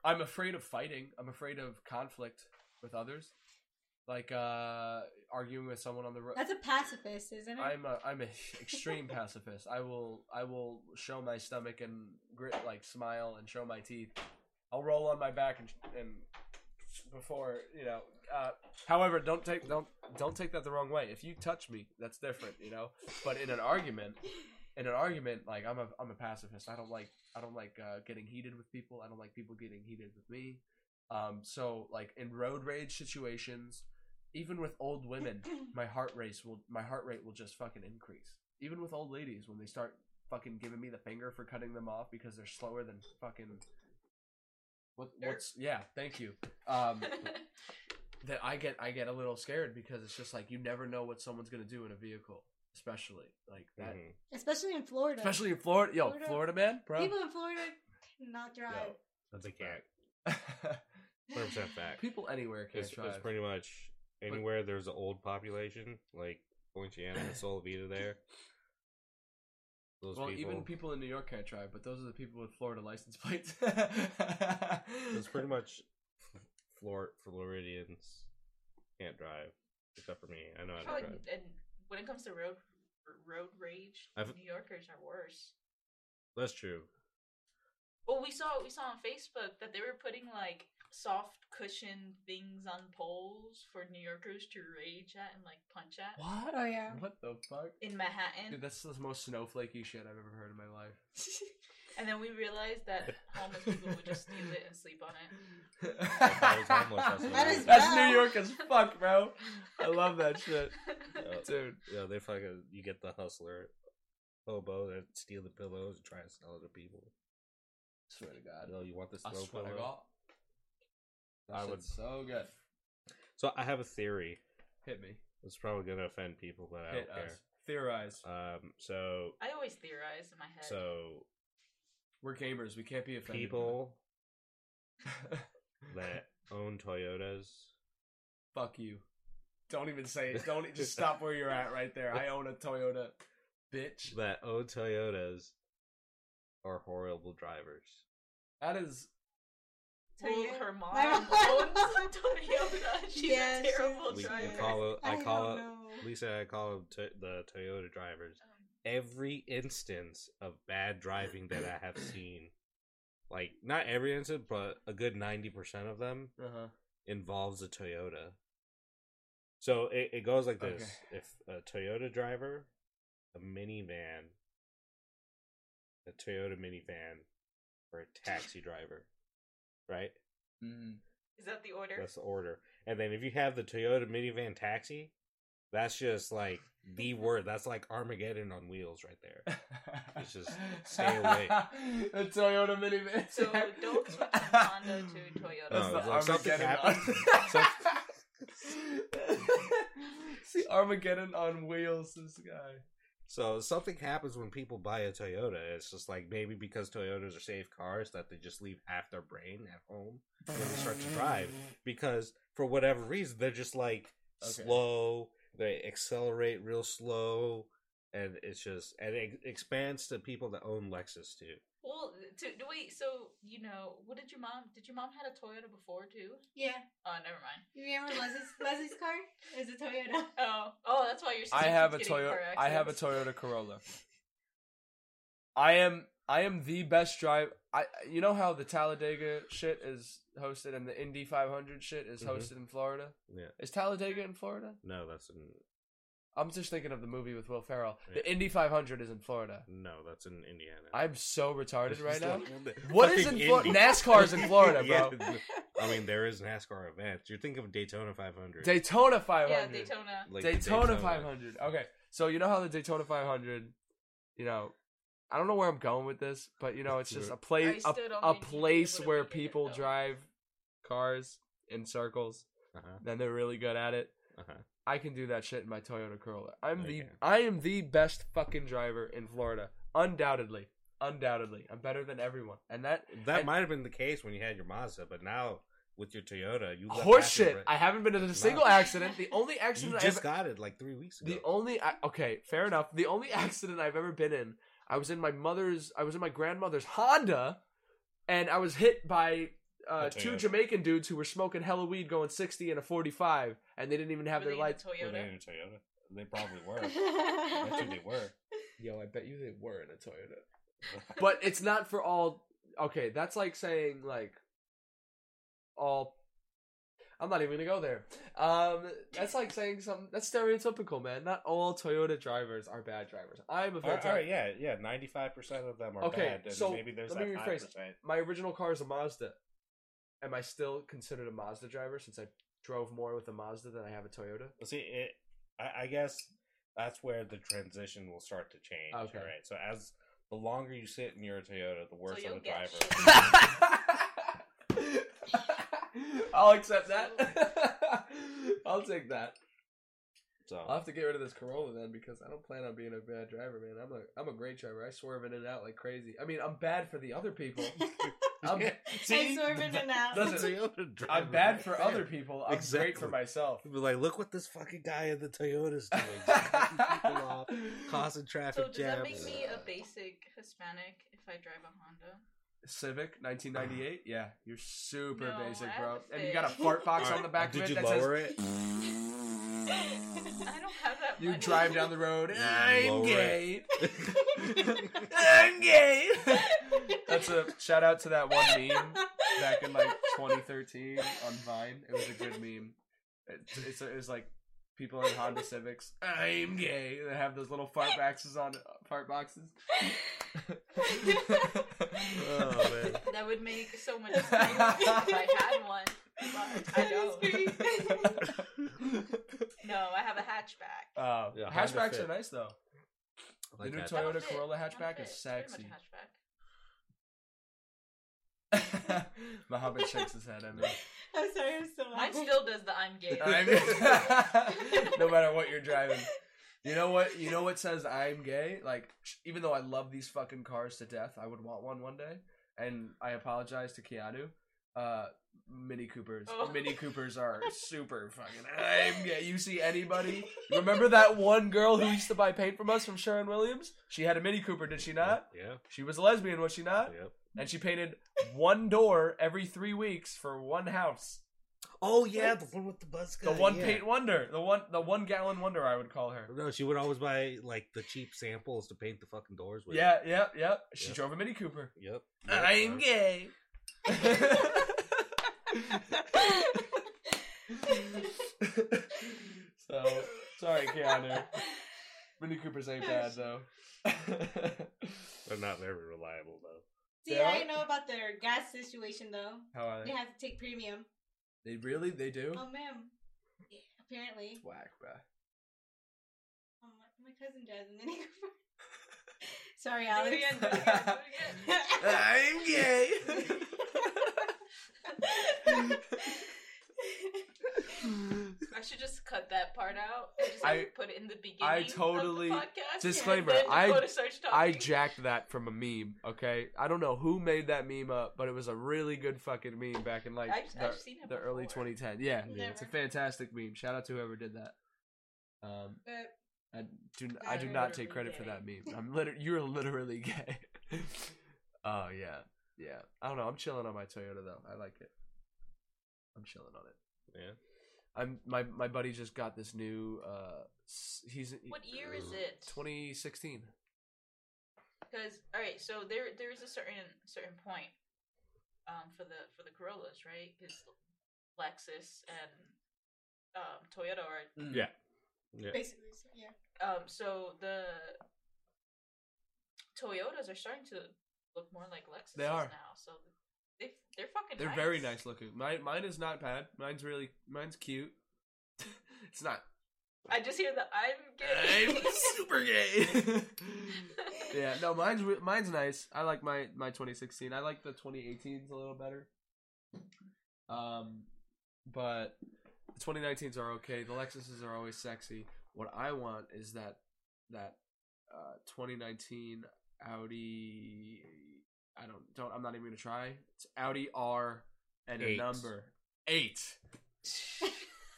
S2: I'm afraid of fighting. I'm afraid of conflict with others. Like uh arguing with someone on the road.
S5: That's a pacifist, isn't it?
S2: I'm a I'm a extreme pacifist. I will I will show my stomach and grit like smile and show my teeth. I'll roll on my back and and before you know. Uh, however, don't take don't don't take that the wrong way. If you touch me, that's different, you know. But in an argument, in an argument, like I'm a I'm a pacifist. I don't like I don't like uh, getting heated with people. I don't like people getting heated with me. Um, so like in road rage situations, even with old women, my heart race will my heart rate will just fucking increase. Even with old ladies when they start fucking giving me the finger for cutting them off because they're slower than fucking what
S4: Dirt.
S2: what's yeah, thank you. Um that I get I get a little scared because it's just like you never know what someone's gonna do in a vehicle, especially like that.
S3: Mhm.
S5: Especially in Florida.
S2: Especially in Florida, yo,
S5: Florida-
S2: Florida, man, bro.
S5: people in Florida cannot drive.
S3: No, that's a fact. Hundred percent fact.
S2: people anywhere can
S3: It's,
S2: drive.
S3: it's pretty much anywhere there's an old population, like Poinciana and Solvita there. Those
S2: well,
S3: people,
S2: even people in New York can't drive, but those are the people with Florida license plates.
S3: It's pretty much Flor- Floridians can't drive, except for me. I know
S4: I
S3: how
S4: feel
S3: to
S4: like,
S3: drive.
S4: and when it comes to road road rage,
S3: I've-
S4: New Yorkers are worse.
S3: That's true.
S4: Well, we saw we saw on Facebook that they were putting like soft cushion things on poles for New Yorkers to rage at and like punch at
S2: What?
S5: Oh, yeah.
S2: What the fuck?
S4: in Manhattan.
S2: Dude, that's the most snowflakey shit I've ever heard in my
S4: and then we realized that homeless people would just steal it and sleep on it.
S2: life.
S3: I was homeless, that's what
S5: That
S3: it
S5: is
S3: was.
S5: bad.
S2: That's New York as fuck, bro. I love that shit.
S3: Yeah.
S2: Dude.
S3: Yeah, they fucking you get the hustler hobo that steal the pillows and try to sell it to people.
S2: Swear to
S3: I
S2: God.
S3: know you want this
S2: I
S3: throw
S2: swear to
S3: pillow?
S2: God. That
S3: I
S2: shit's
S3: would-
S2: so good.
S3: So I have a theory.
S2: Hit me.
S3: It's probably gonna offend people, but I
S2: Hit
S3: don't
S2: us. Theorize.
S3: care. Um, so
S4: I always theorize in my head.
S3: so
S2: We're gamers. We can't be offended.
S3: people that own Toyotas.
S2: fuck you. Don't even say it. Don't e- just stop where you're at right there. I own a Toyota, bitch.
S3: That own Toyotas are horrible drivers.
S2: That is
S4: Well,
S5: Toyota-
S4: her mom
S5: My
S4: owns
S5: mom-
S4: a Toyota. She's
S5: Yes,
S4: a terrible
S3: We, we
S4: driver.
S3: call it. I,
S5: don't
S3: call it.
S5: know.
S3: Lisa and I call them to, the Toyota drivers.
S4: Um,
S3: Every instance of bad driving that I have seen, like not every instance, but a good ninety percent of them
S2: uh huh.
S3: involves a Toyota. So it, it goes like
S2: Okay.
S3: this: if a Toyota driver, a minivan, a Toyota minivan, or a taxi driver, right?
S2: Mm.
S4: Is that the order?
S3: That's the order. And then if you have the Toyota minivan taxi, that's just like the word. That's like Armageddon on wheels right there. It's just stay away.
S2: the Toyota minivan.
S4: So don't switch from Honda to Toyota.
S3: No,
S2: That's
S3: it's
S2: the
S3: like Oh, something
S2: Armageddon.
S3: happened.
S2: On... See Armageddon on wheels. This guy.
S3: So something happens when people buy a Toyota. It's just like maybe because Toyotas are safe cars that they just leave half their brain at home when they start to drive. Because for whatever reason, they're just like
S2: Okay.
S3: slow. They accelerate real slow, and it's just and it expands to people that own Lexus too.
S4: Well, to, to- wait. So you know, what did your mom? Did your mom had a Toyota before too?
S5: Yeah.
S4: Oh, never mind.
S5: You remember Leslie's, Leslie's car? It was a Toyota.
S4: Oh, oh, that's why you're.
S2: I have a Toyota. I have a Toyota Corolla. I am. I am the best drive. I you know how the Talladega shit is hosted and the Indy 500 shit is
S3: Mhm.
S2: hosted in Florida.
S3: Yeah.
S2: Is Talladega in Florida?
S3: No, that's in
S2: I'm just thinking of the movie with Will Ferrell.
S3: Yeah.
S2: The Indy 500 is in Florida.
S3: no, that's in Indiana.
S2: I'm so retarded right now. What
S3: What
S2: is
S3: is
S2: in Flo- NASCAR's in Florida, bro.
S3: I mean, there is NASCAR events. You're thinking of Daytona 500.
S2: Daytona
S4: Yeah,
S2: 500.
S4: Daytona.
S3: Like,
S2: Daytona, 500. Okay, so you know how the Daytona 500, you know, I don't know where I'm going with this, but you know, it's just a
S4: I
S2: place,
S4: still
S2: a,
S4: don't
S2: a
S4: think you'd be
S2: place
S4: able to
S2: where
S4: make it there,
S2: people
S4: though.
S2: drive cars in circles,
S3: Uh-huh,
S2: and they're really good at it.
S3: uh-huh.
S2: I can do that shit in my Toyota Corolla. I'm the
S3: Okay.
S2: I am the best fucking driver in Florida, undoubtedly, undoubtedly. I'm better than everyone, and that
S3: That
S2: and-
S3: might have been the case when you had your Mazda, but now with your Toyota, you left half your
S2: horseshit.
S3: bra-
S2: I haven't been in a
S3: It's
S2: single
S3: not.
S2: accident. The only
S3: you
S2: accident I
S3: just
S2: ever-
S3: got it like three weeks ago.
S2: The only ac- okay, fair enough. The only accident I've ever been in, I was in my mother's, I was in my grandmother's Honda, and I was hit by uh,
S3: A
S2: two
S3: Toyota.
S2: Jamaican dudes who were smoking hella weed, going sixty and a forty-five, and they didn't even have
S4: Were they
S2: their
S4: in a
S2: lights.
S3: Were they
S4: Toyota.
S3: in a Toyota? They probably were. That's who
S5: That's
S3: they were.
S2: Yo, I bet you they were in a Toyota. But it's not for all. Okay, that's like saying like all. I'm not even gonna go there. Um, that's like saying some. That's stereotypical, man. Not all Toyota drivers are bad drivers. I'm a
S3: All
S2: bad
S3: right,
S2: driver.
S3: yeah, yeah. Ninety-five percent of them are
S2: Okay,
S3: bad, and
S2: so
S3: maybe there's
S2: let me
S3: that five
S2: rephrase.
S3: percent.
S2: my original car is a Mazda. Am I still considered a Mazda driver since I drove more with a Mazda than I have a Toyota?
S3: See, it, I, I guess that's where the transition will start to change.
S2: Okay.
S3: All right. So as the longer you sit in your Toyota, the worse
S4: you'll
S3: of a
S4: get
S3: driver.
S4: shit.
S2: I'll accept that. I'll take that.
S3: so
S2: I'll have to get rid of this Corolla then because I don't plan on being a bad driver, man. I'm a I'm a great driver. I swerve in and out like crazy. I mean, I'm bad for the other people. I'm,
S5: I swerve in and out.
S3: the
S2: Listen,
S3: Toyota driver
S2: I'm bad
S3: right
S2: for
S3: there.
S2: other people. I'm great for
S3: Exactly.
S2: myself.
S3: He'd be like, look what this fucking guy in the Toyota's doing, Cutting people off, causing
S4: So
S3: traffic
S4: does that
S3: jams.
S4: make me a basic Hispanic if I drive a Honda?
S2: Civic, 1998. Yeah, you're super
S4: No,
S2: basic,
S4: I
S2: bro.
S4: have a
S2: And you got a
S4: Civic.
S2: fart box
S3: All
S2: on the
S3: right,
S2: back of
S3: Did
S2: it
S3: you
S2: that
S3: lower
S2: says
S3: it?
S4: I don't have that.
S2: you
S4: money.
S2: drive down the road.
S3: You
S2: I'm
S3: lower
S2: gay. I'm gay. That's a shout out to that one meme back in like 2013 on Vine. It was a good meme. It's, it's it was like people in Honda Civics. I'm gay. They have those little fart boxes on fart boxes.
S3: Oh, man.
S4: That would make so much sense if I had one. But I don't. No, I have a hatchback.
S2: Uh,
S3: Yeah, Honda
S2: hatchbacks
S3: Fit.
S2: are nice though.
S3: I like
S2: the new
S3: that.
S4: That'll
S2: Toyota
S4: fit.
S2: Corolla
S4: That'll
S2: hatchback is
S4: fit. It's pretty much
S2: sexy.
S4: a hatchback.
S2: Muhammad shakes his head at me.
S5: I'm sorry, I'm still
S4: Mine
S5: laughing.
S4: still does the I'm gay.
S2: I'm- no matter what you're driving. You know what? You know what says I'm gay? Like, sh- even though I love these fucking cars to death, I would want one one day. And I apologize to Keanu. Uh, Mini Coopers.
S4: Oh.
S2: Mini Coopers are super fucking. I'm gay. You see anybody? Remember that one girl who used to buy paint from us from Sharon Williams? She had a Mini Cooper, did she not?
S3: Yeah.
S2: She was a lesbian, was she not?
S3: Yep.
S2: And she painted one door every three weeks for one house.
S3: Oh yeah, the one with the buzz
S2: The
S3: cut,
S2: one
S3: yeah.
S2: paint wonder. The one the one gallon wonder I would call her.
S3: No, she would always buy like the cheap samples to paint the fucking doors with.
S2: Yeah, yep, yep. She
S3: Yeah.
S2: drove a Mini Cooper.
S3: Yep.
S2: I'm gay.
S3: yep.
S2: so sorry, Keanu. Mini Coopers ain't bad though.
S3: They're not very reliable though.
S5: See,
S2: Yeah.
S5: I know about their gas situation though.
S2: How are
S5: They
S2: they?
S5: have to take premium.
S2: They really they do?
S5: Oh, ma'am. Yeah, apparently,
S2: It's whack, bruh.
S5: oh, my, my cousin drives a Mini Cooper. sorry,
S4: Do
S5: Alex.
S4: it again, do it again, do it again.
S2: I'm gay.
S4: I should just cut that part out and just
S2: I-
S4: like, put it in the beginning.
S2: I
S4: of the
S2: totally-
S4: podcast
S2: Disclaimer,
S4: and then
S2: I-
S4: go to search
S2: I
S4: topics.
S2: jacked that from a meme, okay? I don't know who made that meme up, but it was a really good fucking meme back in like
S4: I've,
S2: the,
S4: I've seen it
S2: the early
S4: before.
S2: 2010. Yeah,
S5: Never.
S2: it's a fantastic meme. Shout out to whoever did that. Um,
S5: But
S2: I do I do
S4: I'm
S2: not take
S4: literally
S2: credit for
S4: gay.
S2: that meme. I'm liter- you're literally gay. oh yeah, yeah. I don't know. I'm chilling on my Toyota though. I like it. I'm chilling on it.
S3: Yeah.
S2: I'm my my buddy just got this new. uh s- He's
S4: What year is it?
S2: 2016.
S4: Because all right, so there there is a certain certain point, um, for the for the Corollas, right? Because Lexus and um Toyota are
S3: Yeah. Yeah.
S5: Basically, so, yeah.
S4: um so the Toyotas are starting to look more like Lexus
S2: They are.
S4: now. So they they're fucking.
S2: They're very nice looking. Mine, mine is not bad. Mine's really, mine's cute. it's not.
S4: I just hear the I'm
S2: I'm
S4: gay.
S2: super gay. yeah, no, mine's re- mine's nice. I like my my 2016. I like the 2018s a little better. Um, but the 2019s are okay. The Lexuses are always sexy. What I want is that that uh 2019 Audi. I don't don't. I'm not even gonna try. It's Audi R and a
S3: Eight.
S2: number eight.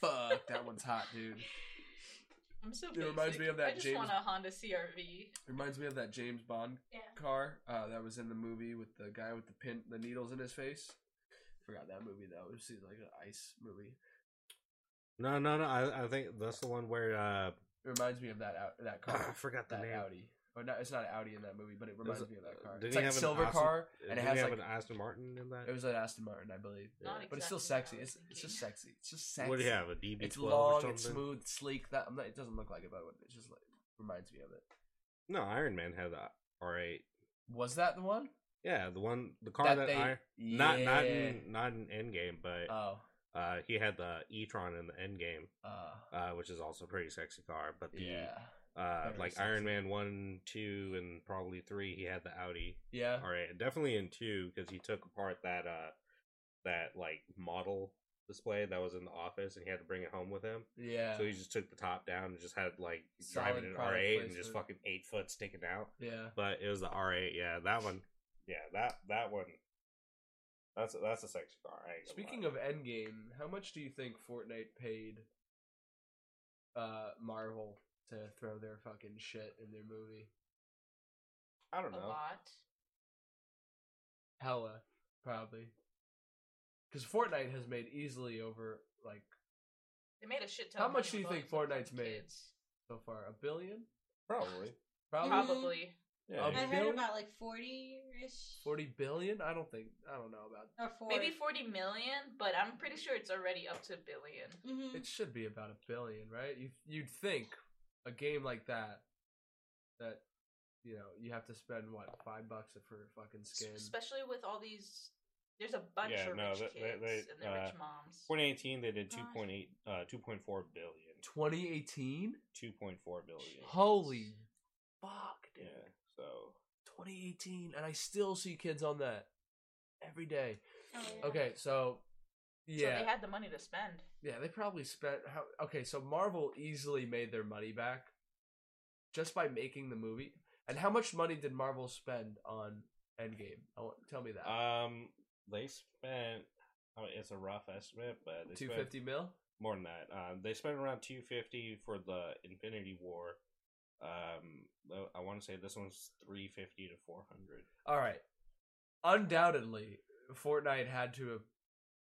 S2: Fuck, that one's hot, dude.
S4: I'm so.
S2: It reminds
S4: basic.
S2: me of that
S4: I just
S2: James-
S4: want a Honda CRV.
S2: Reminds me of that James Bond
S5: Yeah.
S2: car uh, that was in the movie with the guy with the pin, the needles in his face. Forgot that movie though. It was like an ice movie.
S3: No, no, no. I, I think that's the one where uh,
S2: It reminds me of that out, that
S3: I
S2: car,
S3: forgot the
S2: that
S3: name.
S2: Audi. Or not, it's not an Audi in that movie, but it reminds
S3: There's a-
S2: me of that car.
S3: didn't
S2: It's
S3: he
S2: like a
S3: have an
S2: silver
S3: Aston-
S2: car, and it
S3: Didn't
S2: has
S3: he have
S2: like
S3: an Aston Martin in that.
S2: it was an Aston Martin, I believe.
S4: Not
S2: But it's still sexy.
S4: exactly what I was
S2: It's it's just
S4: thinking.
S2: sexy. It's just sexy.
S3: what do you have? A DB12
S2: It's
S3: or
S2: long,
S3: something?
S2: it's smooth, it's sleek. That I'm not, it doesn't look like it, but it just like, reminds me of it.
S3: No, Iron Man had the R8.
S2: Was that the one?
S3: Yeah, the one, the car
S2: That
S3: that,
S2: they-
S3: I not not
S2: Yeah.
S3: in not in Endgame, but
S2: Oh,
S3: uh, he had the e-tron in the Endgame,
S2: uh,
S3: uh, which is also a pretty sexy car. But the
S2: yeah,
S3: uh,
S2: Very
S3: like
S2: sexy.
S3: Iron Man one, two, and probably three, he had the Audi
S2: yeah.
S3: R8, and definitely in two because he took apart that uh that like model display that was in the office, and he had to bring it home with him.
S2: Yeah.
S3: So he just took the top down and just had like he's
S2: Solid
S3: driving an
S2: product
S3: R8 and just
S2: placement.
S3: fucking eight foot sticking out.
S2: yeah.
S3: But it was the R8, yeah, that one, yeah, that that one. That's a, that's a sexy car. I ain't gonna
S2: Speaking
S3: lie.
S2: of Endgame, how much do you think Fortnite paid uh Marvel to throw their fucking shit in their movie?
S3: I don't
S4: A
S3: know.
S4: lot.
S2: Hella, probably. Because Fortnite has made easily over like
S4: They made a shit ton.
S2: How
S4: of
S2: much
S4: money
S2: do you
S4: with
S2: think
S4: all these
S2: Fortnite's
S4: fucking
S2: made?
S4: kids.
S2: so far a billion,
S3: Probably.
S2: probably
S5: Mhm.
S4: Probably.
S3: Yeah.
S2: Um,
S5: I
S2: Billion?
S5: heard about like 40 ish.
S2: forty billion. I don't think I don't know about.
S5: Or 40.
S4: Maybe 40 million, but I'm pretty sure it's already up to a billion.
S5: Mhm.
S2: It should be about a billion, right? You you'd think a game like that that you know you have to spend what five bucks for a fucking
S4: S-
S2: skin.
S4: Especially with all these. There's a bunch
S3: Yeah,
S4: of
S3: no,
S4: rich
S3: they- they-
S4: kids
S3: they, uh,
S4: and they're rich moms.
S3: 2018, they did
S5: Gosh.
S3: 2.8, uh, 2.4 billion.
S2: 2018.
S3: 2.4 billion.
S2: Holy fuck, dude.
S3: Yeah. So
S2: 2018, and I still see kids on that every day.
S5: Oh, yeah.
S2: Okay, so yeah,
S4: So they had the money to spend.
S2: yeah, they probably spent how? Okay, so Marvel easily made their money back just by making the movie. And how much money did Marvel spend on Endgame? I want, tell me that.
S3: um, they spent. I mean, it's a rough estimate, but they
S2: Two
S3: spent
S2: fifty mil.
S3: more than that. Um, they spent around 250 for the Infinity War. Um, though I want to say this one's 350 to 400.
S2: All right. Undoubtedly, Fortnite had to have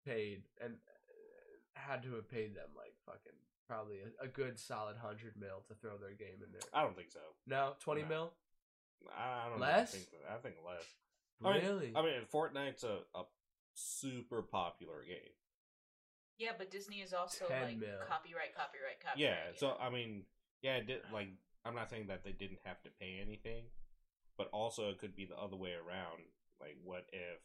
S2: paid and uh, had to have paid them like fucking probably a, a good solid hundred mil to throw their game in there.
S3: I don't think so.
S2: No, twenty
S3: No.
S2: mil.
S3: I I don't
S2: Less?
S3: Know, I think, I think less. I mean-
S2: Really?
S3: I mean, Fortnite's a, a super popular game.
S4: Yeah, but Disney is also
S2: 10
S4: like
S2: mil.
S4: copyright, copyright, copyright.
S3: yeah
S4: you
S3: so
S4: know?
S3: i mean yeah it did, like i'm not saying that they didn't have to pay anything but also it could be the other way around like what if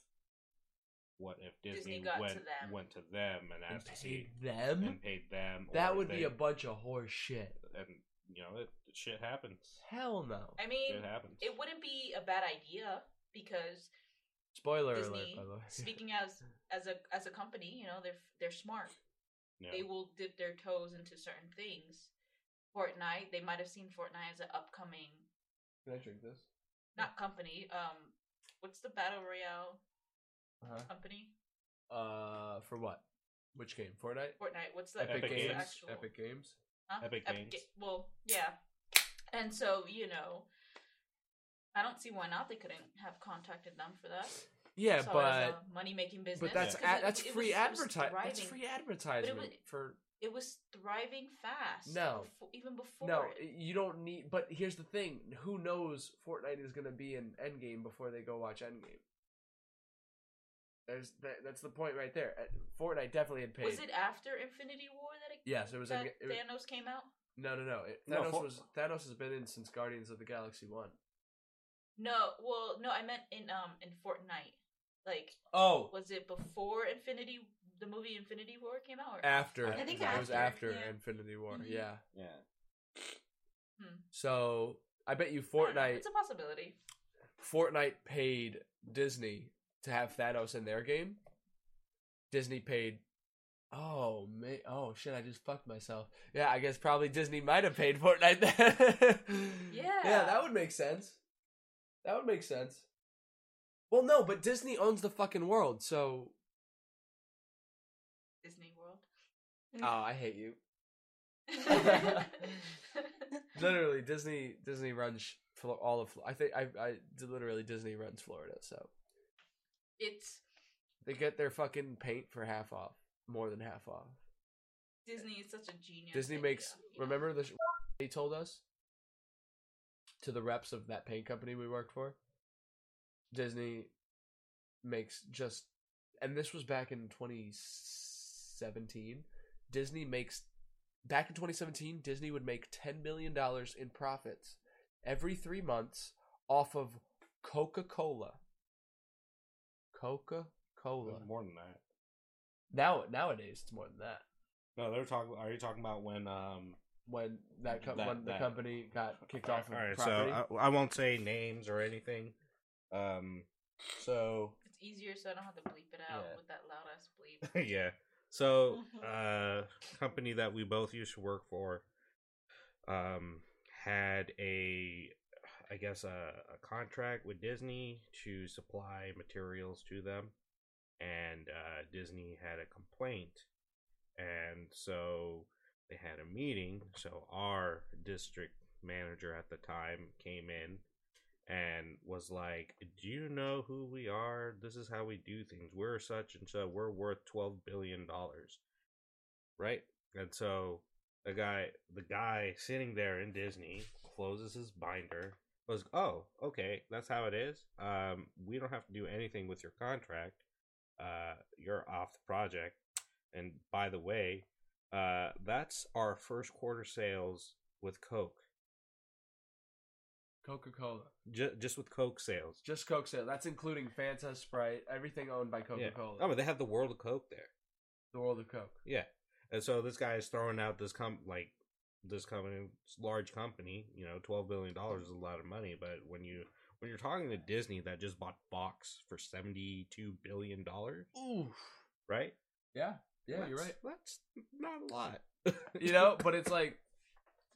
S3: what if disney,
S4: Disney got to
S3: went,
S4: them.
S3: went to them and
S2: and
S3: asked to
S2: paid
S3: see
S2: them.
S3: and paid them
S2: that
S3: or
S2: would be
S3: they-
S2: a bunch of horse shit.
S3: and you know it, shit happens
S2: Hell no.
S4: I mean,
S3: it happens
S4: it wouldn't be a bad idea because
S2: Spoiler alert,
S4: Disney,
S2: by the way.
S4: speaking as as a as a company, you know, they're they're smart.
S3: yeah.
S4: they will dip their toes into certain things. Fortnite, they might have seen Fortnite as an upcoming
S2: Can I drink this? Hmm.
S4: not company. Um, what's the battle royale
S2: Uh-huh.
S4: company?
S2: Uh, for what? Which game? Fortnite?
S4: Fortnite. What's the
S3: Epic
S4: what's the
S3: Games.
S4: actual-
S2: Epic Games.
S4: huh?
S3: Epic Games.
S4: Ga- well, yeah. And so you know, I don't see why not. They couldn't have contacted them for that.
S2: Yeah,
S4: Saw it as
S2: but
S4: a money making
S2: but
S4: business.
S2: that's
S4: 'cause
S2: ad
S4: it-
S2: that's
S4: it was-
S2: free
S4: it was
S2: advertising. That's
S4: thriving.
S2: free advertisement
S4: was-
S2: for
S4: It was thriving fast.
S2: No.
S4: befo- even before.
S2: no,
S4: it.
S2: you don't need. But here's the thing: who knows Fortnite is going to be in Endgame before they go watch Endgame? There's that, that's the point right there. Uh, Fortnite definitely had paid.
S4: was it after Infinity War that it,
S2: Yes, it was.
S4: that
S2: Endga- it was-
S4: Thanos came out?
S2: no, no, no. It,
S3: No,
S2: Thanos
S3: Fort-
S2: was Thanos has been in since Guardians of the Galaxy One.
S4: No, well, no, I meant in um in Fortnite. Like,
S2: Oh,
S4: was it before Infinity, the movie Infinity War came out? Or
S2: after
S5: I think
S2: it was after
S5: after, yeah.
S2: Infinity War.
S4: Mhm.
S2: Yeah.
S6: Yeah.
S2: So I bet you
S4: I don't know,
S2: Fortnite
S4: It's a possibility.
S2: Fortnite paid Disney to have Thanos in their game. Disney paid. Oh man! Oh shit! I just fucked myself. Yeah, I guess probably Disney might have paid Fortnite. Then. Yeah,
S4: Yeah.
S2: that would make sense. That would make sense. Well, no, but Disney owns the fucking world, so
S4: Disney World.
S5: Mm-hmm.
S2: oh, I hate you. Literally, Disney Disney runs sh- Flo- all of. Flo- I think I I literally Disney runs Florida, so
S4: it's
S2: they get their fucking paint for half off, more than half off.
S4: Disney is such a genius.
S2: Disney
S4: idea.
S2: makes.
S4: Yeah.
S2: Remember the sh- they told us to the reps of that paint company we worked for. Disney makes just, and this was back in 2017. Disney makes back in 2017. Disney would make 10 million dollars in profits every three months off of Coca Cola. Coca Cola.
S3: More than that.
S2: Now nowadays it's more than that.
S3: No, they're talking. Are you talking about when? Um,
S2: when that, com-
S3: That-
S2: when the
S3: that-
S2: company got kicked off of
S3: All right,
S2: property.
S3: so uh, I, I won't say names or anything. Um, so
S4: It's easier, so I don't have to bleep it out
S3: Yeah.
S4: with that loud ass bleep.
S3: yeah. So, uh, company that we both used to work for, um, had a, I guess, a, a contract with Disney to supply materials to them, and uh, Disney had a complaint, and so they had a meeting. So our district manager at the time came in and was like, "Do you know who we are? This is how we do things. We're such and so. We're worth twelve billion dollars, right?" And so the guy, the guy sitting there in Disney, closes his binder. Goes, "Oh, okay, that's how it is. Um, we don't have to do anything with your contract. Uh, you're off the project. And by the way, uh, that's our first quarter sales with Coke."
S2: Coca Cola,
S3: Ju- just with Coke sales.
S2: just Coke sale. That's including Fanta, Sprite, everything owned by Coca Cola.
S3: Yeah. I mean, Oh, they have the world of Coke there.
S2: The world of Coke.
S3: Yeah. And so this guy is throwing out this com like this company, this large company. You know, twelve billion dollars is a lot of money, but when you when you're talking to Disney that just bought Fox for seventy two billion dollars,
S2: Ooh,
S3: right?
S2: yeah, yeah, you're right.
S3: That's- That's not a lot.
S2: You know, but it's like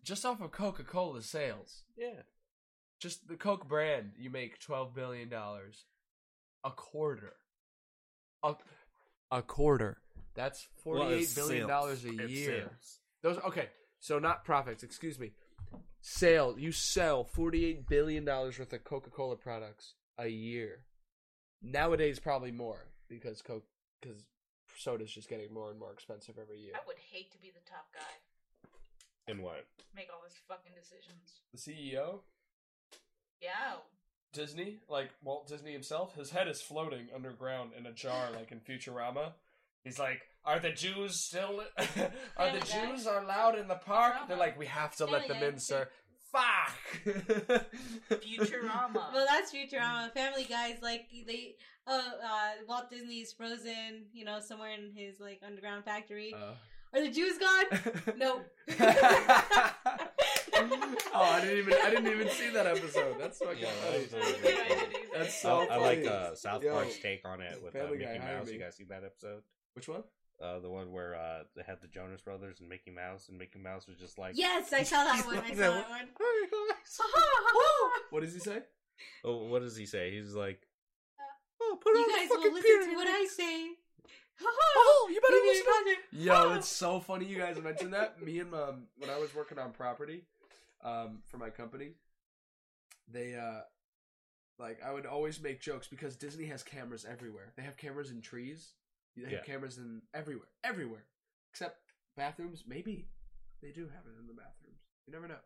S2: just off of Coca Cola sales,
S3: yeah,
S2: just the Coke brand, you make twelve billion dollars a quarter. A, a quarter. That's forty-eight billion dollars a year. Those okay. So not profits. Excuse me. Sale. You sell forty-eight billion dollars worth of Coca-Cola products a year. Nowadays, probably more because Coke because soda's just getting more and more expensive every year.
S4: I would hate to be the top guy.
S3: And what?
S4: Make all these fucking decisions.
S2: The CEO,
S4: Yeah.
S2: Disney, like Walt Disney himself, his head is floating underground in a jar, like in Futurama. He's like, "Are the Jews still? are the
S4: Family Guy.
S2: Jews are allowed in the park?" They're
S4: Futurama.
S2: like, "We have to let
S5: Family
S2: them
S5: Guy.
S2: in, sir." Fuck.
S4: Futurama.
S5: Well, that's Futurama. Family Guy's like they. Oh, uh, Walt Disney's frozen. You know, somewhere in his like underground factory.
S2: Uh.
S5: Are the Jews gone? no.
S2: oh, I didn't even I didn't even see that episode. That's fucking
S3: Yeah,
S2: funny.
S3: that was
S4: Yeah, I did either.
S2: That's
S3: I,
S2: so
S3: I like
S2: funny.
S3: uh, South
S2: Yo.
S3: Park's take on it with uh,
S2: Family
S3: Mickey
S2: Guy hired
S3: Mouse.
S2: me.
S3: You guys seen that episode?
S2: Which one?
S3: Uh, the one where uh, they had the Jonas Brothers and Mickey Mouse, and Mickey Mouse was just like,
S5: yes, I saw that one. I saw that one.
S2: What does he say?
S3: Oh, what does he say? He's like,
S2: Oh, put
S5: you guys will listen to what I say.
S2: Oh, you better
S5: Leave me
S2: listen.
S5: alone.
S2: Yo, it's so funny you guys mentioned that. Me and um when I was working on property um for my company, they uh like I would always make jokes because Disney has cameras everywhere. They have cameras in trees. They have
S3: Yeah.
S2: cameras in everywhere. Everywhere. Except bathrooms, maybe they do have it in the bathrooms. You never know.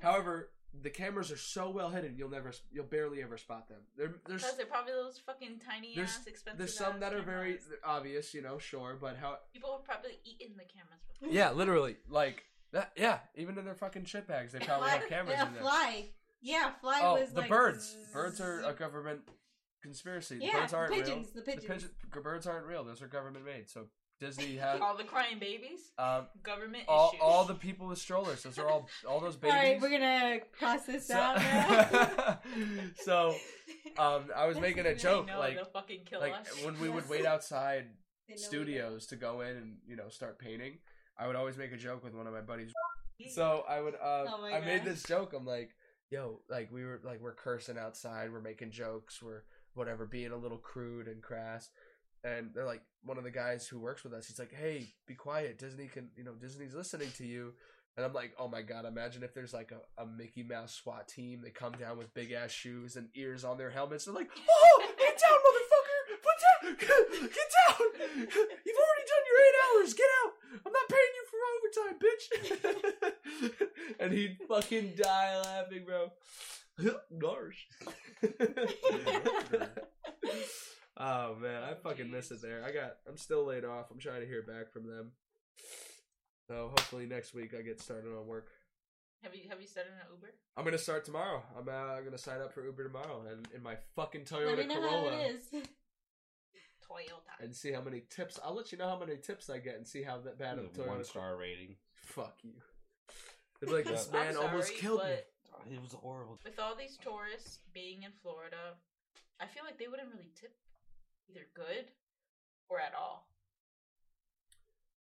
S2: However, the cameras are so well hidden, you'll never, you'll barely ever spot them. There, there's
S4: Because they're probably those fucking tiny
S2: there's-
S4: ass expensive.
S2: there's some
S4: ass
S2: that are very
S4: cameras.
S2: obvious, you know, sure, but how?
S4: People have probably eaten the cameras before.
S2: Yeah, literally, like that. Yeah, even in their fucking shit bags, they probably
S5: Fly-
S2: have cameras
S5: yeah,
S2: in there.
S5: fly. Yeah, fly
S2: oh,
S5: was
S2: the
S5: like
S2: birds.
S5: zzz-
S2: Birds are a government conspiracy. The
S5: yeah,
S2: birds aren't
S5: the
S2: real.
S5: pigeons, the
S2: The
S5: pigeons.
S2: pigeon- birds aren't real. Those are government made. So Disney had
S4: All the crying babies,
S2: um,
S4: government
S2: all,
S4: issues.
S2: all the people with strollers. Those are all all those
S5: All
S2: babies.
S5: right, we're gonna cross this out. now.
S2: so um, I was making a
S5: They
S4: They
S2: joke
S4: know
S2: like
S4: they'll fucking kill
S2: like
S4: us.
S2: when we would
S5: Yes.
S2: wait outside
S5: They know we know.
S2: studios to go in and you know start painting. I would always make a joke with one of my buddies. So I would um,
S5: Oh my
S2: I made
S5: God.
S2: this joke. I'm like, yo, like we were like we're cursing outside, we're making jokes, we're whatever, being a little crude and crass. And they're like one of the guys who works with us. He's like, hey, be quiet. Disney can you know Disney's listening to you. And I'm like, oh my god, imagine if there's like a, a Mickey Mouse SWAT team. They come down with big ass shoes and ears on their helmets. They're like, oh, get down, motherfucker! Put down! Get down! You've already done your eight hours. Get out! I'm not paying you for overtime, bitch. and he'd fucking die laughing, bro. Narsh. oh man, I fucking miss it there. I got. I'm still laid off. I'm trying to hear back from them. So hopefully next week I get started on work.
S4: have you have you started an Uber?
S2: I'm gonna start tomorrow. I'm uh, gonna sign up for Uber tomorrow and in my fucking
S5: Let me
S2: Toyota
S5: know how
S2: Corolla
S5: it is.
S4: Toyota.
S2: and see how many tips. I'll let you know how many tips I get and see how that bad of a Toyota.
S3: One star rating.
S2: Fuck you. It's like this
S3: I'm
S2: man almost
S4: sorry,
S2: killed me.
S4: but-
S3: It was horrible.
S4: With all these tourists being in Florida, I feel like they wouldn't really tip either good or at all.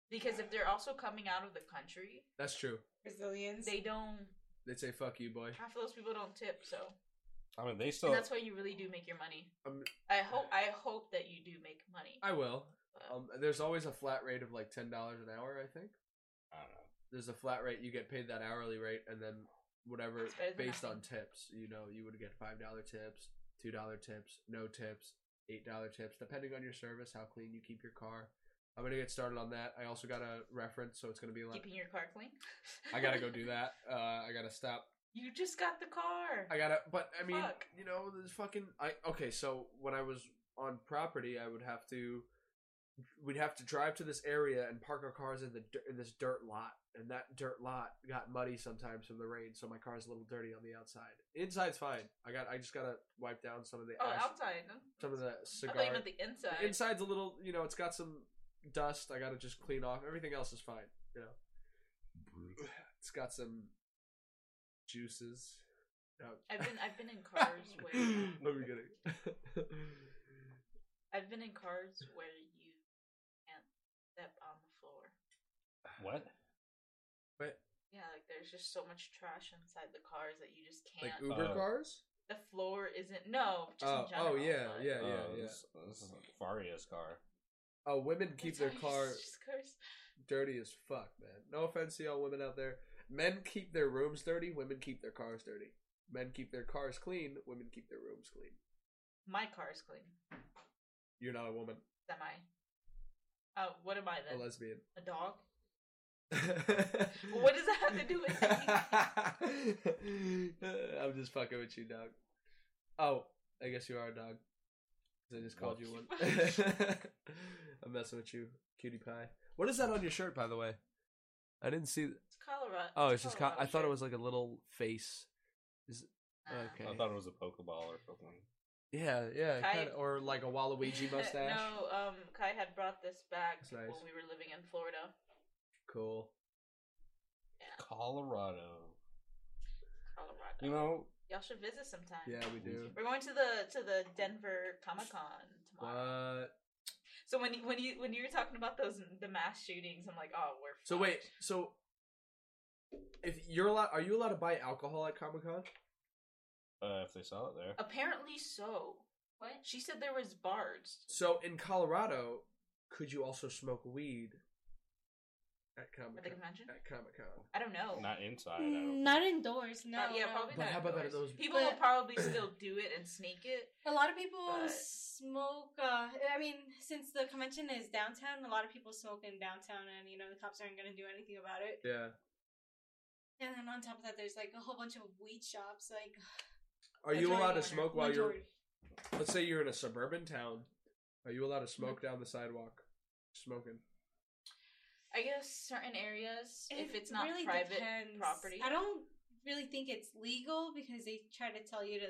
S4: Because if they're also coming out of the country,
S2: That's true.
S5: Brazilians.
S4: they don't.
S2: They say fuck you, boy.
S4: Half of those people don't tip, so
S3: I mean, they still.
S4: and that's why you really do make your money.
S2: Um,
S4: I hope I hope that you do make money.
S2: I will.
S4: but-
S2: Um, there's always a flat rate of like ten dollars an hour. I think
S3: I don't know.
S2: there's a flat rate. You get paid that hourly rate, and then whatever
S4: That's better than
S2: based on
S4: nothing.
S2: tips. You know, you would get five dollar tips, two dollar tips, no tips, eight dollar tips, depending on your service, how clean you keep your car. I'm gonna get started on that. I also got a reference, so it's gonna be like
S4: Keeping your car clean.
S2: I gotta go do that. Uh, I gotta stop
S4: You just got the car.
S2: I gotta, but I mean,
S4: Fuck.
S2: you know, this fucking. I okay. So when I was on property, I would have to, we'd have to drive to this area and park our cars in the dir- in this dirt lot, and that dirt lot got muddy sometimes from the rain, so my car's a little dirty on the outside. Inside's fine. I got. I just gotta wipe down some of the
S4: oh,
S2: ash,
S4: outside.
S2: some of the
S4: I
S2: cigar.
S4: thought you meant the inside.
S2: The Inside's a little, you know, it's got some dust. I gotta just clean off. Everything else is fine. You know, it's got some juices. No.
S4: I've been I've been in cars where
S2: No, I'm kidding.
S4: I've been in cars where you can't step on the floor.
S3: What?
S2: Wait,
S4: Yeah, like there's just so much trash inside the cars that you just
S2: like
S4: can't.
S2: Uber
S3: Oh.
S2: cars?
S4: the floor isn't no. Just
S2: Oh,
S4: in general,
S2: oh yeah,
S4: but-
S2: yeah, yeah,
S3: Oh,
S2: yeah.
S3: This, this is like Faria's car.
S2: Oh, women
S4: That's
S2: keep
S4: how
S2: their
S4: you
S2: car
S4: just curse.
S2: dirty as fuck, man. No offense to y'all women out there. Men keep their rooms dirty. Women keep their cars dirty. Men keep their cars clean. Women keep their rooms clean.
S4: My car is clean.
S2: You're not a woman,
S4: Am I? Oh, what am I
S2: a
S4: then?
S2: lesbian.
S4: A dog? What does that have to do with anything?
S2: I'm just fucking with you, dog. Oh, I guess you are a dog. 'Cause I just called you one. I'm messing with you, cutie pie. What is that on your shirt, by the way? I didn't see.
S4: It's Colorado.
S2: Oh, it's just. Co-
S4: Colorado
S2: I thought it
S4: shit. Ah.
S2: was like a little face.
S4: Nah.
S2: okay.
S3: I thought it was a Pokeball or something.
S2: Yeah, yeah,
S4: Kite.
S2: kinda, or like a Waluigi mustache.
S4: no, um, Kai had brought this back
S2: That's nice.
S4: when we were living in Florida.
S2: Cool.
S4: Yeah,
S3: Colorado.
S4: Colorado.
S3: You know,
S4: all should visit sometime.
S2: Yeah, we do.
S4: We're going to the to the Denver Comic Con tomorrow.
S2: What?
S4: So when you, when you when you were talking about those the mass shootings, I'm like, oh, we're.
S2: So wait,
S4: fucked.
S2: so if you're allowed, are you allowed to buy alcohol at Comic Con?
S3: uh, if they sell it there.
S4: Apparently so.
S5: What?
S4: She said there was bars.
S2: So in Colorado, could you also smoke weed at Comic
S4: At the
S2: Con.
S4: convention?
S2: At Comic Con.
S4: I don't know.
S3: Not inside. I don't
S5: Mm, Not indoors, no.
S4: Uh, yeah,
S5: no.
S4: probably
S2: But
S4: not
S2: how about that at
S4: indoors.
S2: those-
S4: People will
S5: But-
S4: probably still do it and sneak it.
S5: A lot of people
S4: But-
S5: smoke. Uh, I mean, since the convention is downtown, a lot of people smoke in downtown, and you know the cops aren't going to do anything about it.
S2: Yeah.
S5: And then on top of that, there's like a whole bunch of weed shops. Like,
S2: Are you allowed to
S5: majority
S2: smoke
S5: owner-
S2: while you're?
S5: majority.
S2: Let's say you're in a suburban town. Are you allowed to
S4: Mm-hmm.
S2: smoke down the sidewalk? Smoking.
S4: I guess certain areas, if
S5: It
S4: it's not
S5: really
S4: private
S5: depends.
S4: property.
S5: I don't really think it's legal because they try to tell you to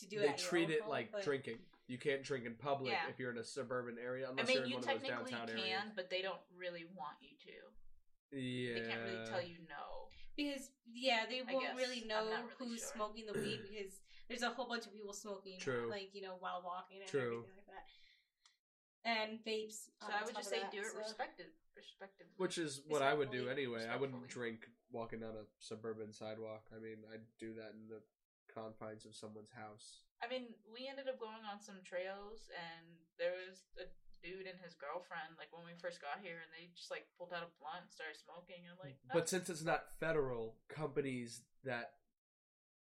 S5: to do it.
S2: they
S5: at your
S2: treat
S5: own
S2: it
S5: home,
S2: like
S5: but-
S2: drinking. You can't drink in public
S4: Yeah.
S2: if you're in a suburban area
S4: I
S2: unless
S4: mean,
S2: you're in
S4: you
S2: one of those
S4: technically
S2: downtown
S4: can,
S2: areas.
S4: but they don't really want you to.
S2: Yeah.
S4: They can't really tell you no.
S5: because yeah, they
S4: I
S5: won't
S4: guess.
S5: really
S4: I'm
S5: know
S4: not really
S5: who's
S4: sure.
S5: smoking the weed because there's a whole bunch of people smoking,
S2: True.
S5: like you know, while walking and
S2: True.
S5: everything like that. And vapes.
S4: So
S5: on
S4: I would
S5: top
S4: just
S5: of
S4: say
S5: that,
S4: do it
S5: so-
S4: respected, respectively.
S2: Which is what I would do
S4: Respectfully-
S2: anyway. I wouldn't drink
S4: respectfully.
S2: walking down a suburban sidewalk. I mean, I'd do that in the confines of someone's house.
S4: I mean, we ended up going on some trails, and there was a dude and his girlfriend, like when we first got here, and they just like pulled out a blunt and started smoking. And I'm like,
S2: But
S4: "Oh."
S2: since it's not federal, companies that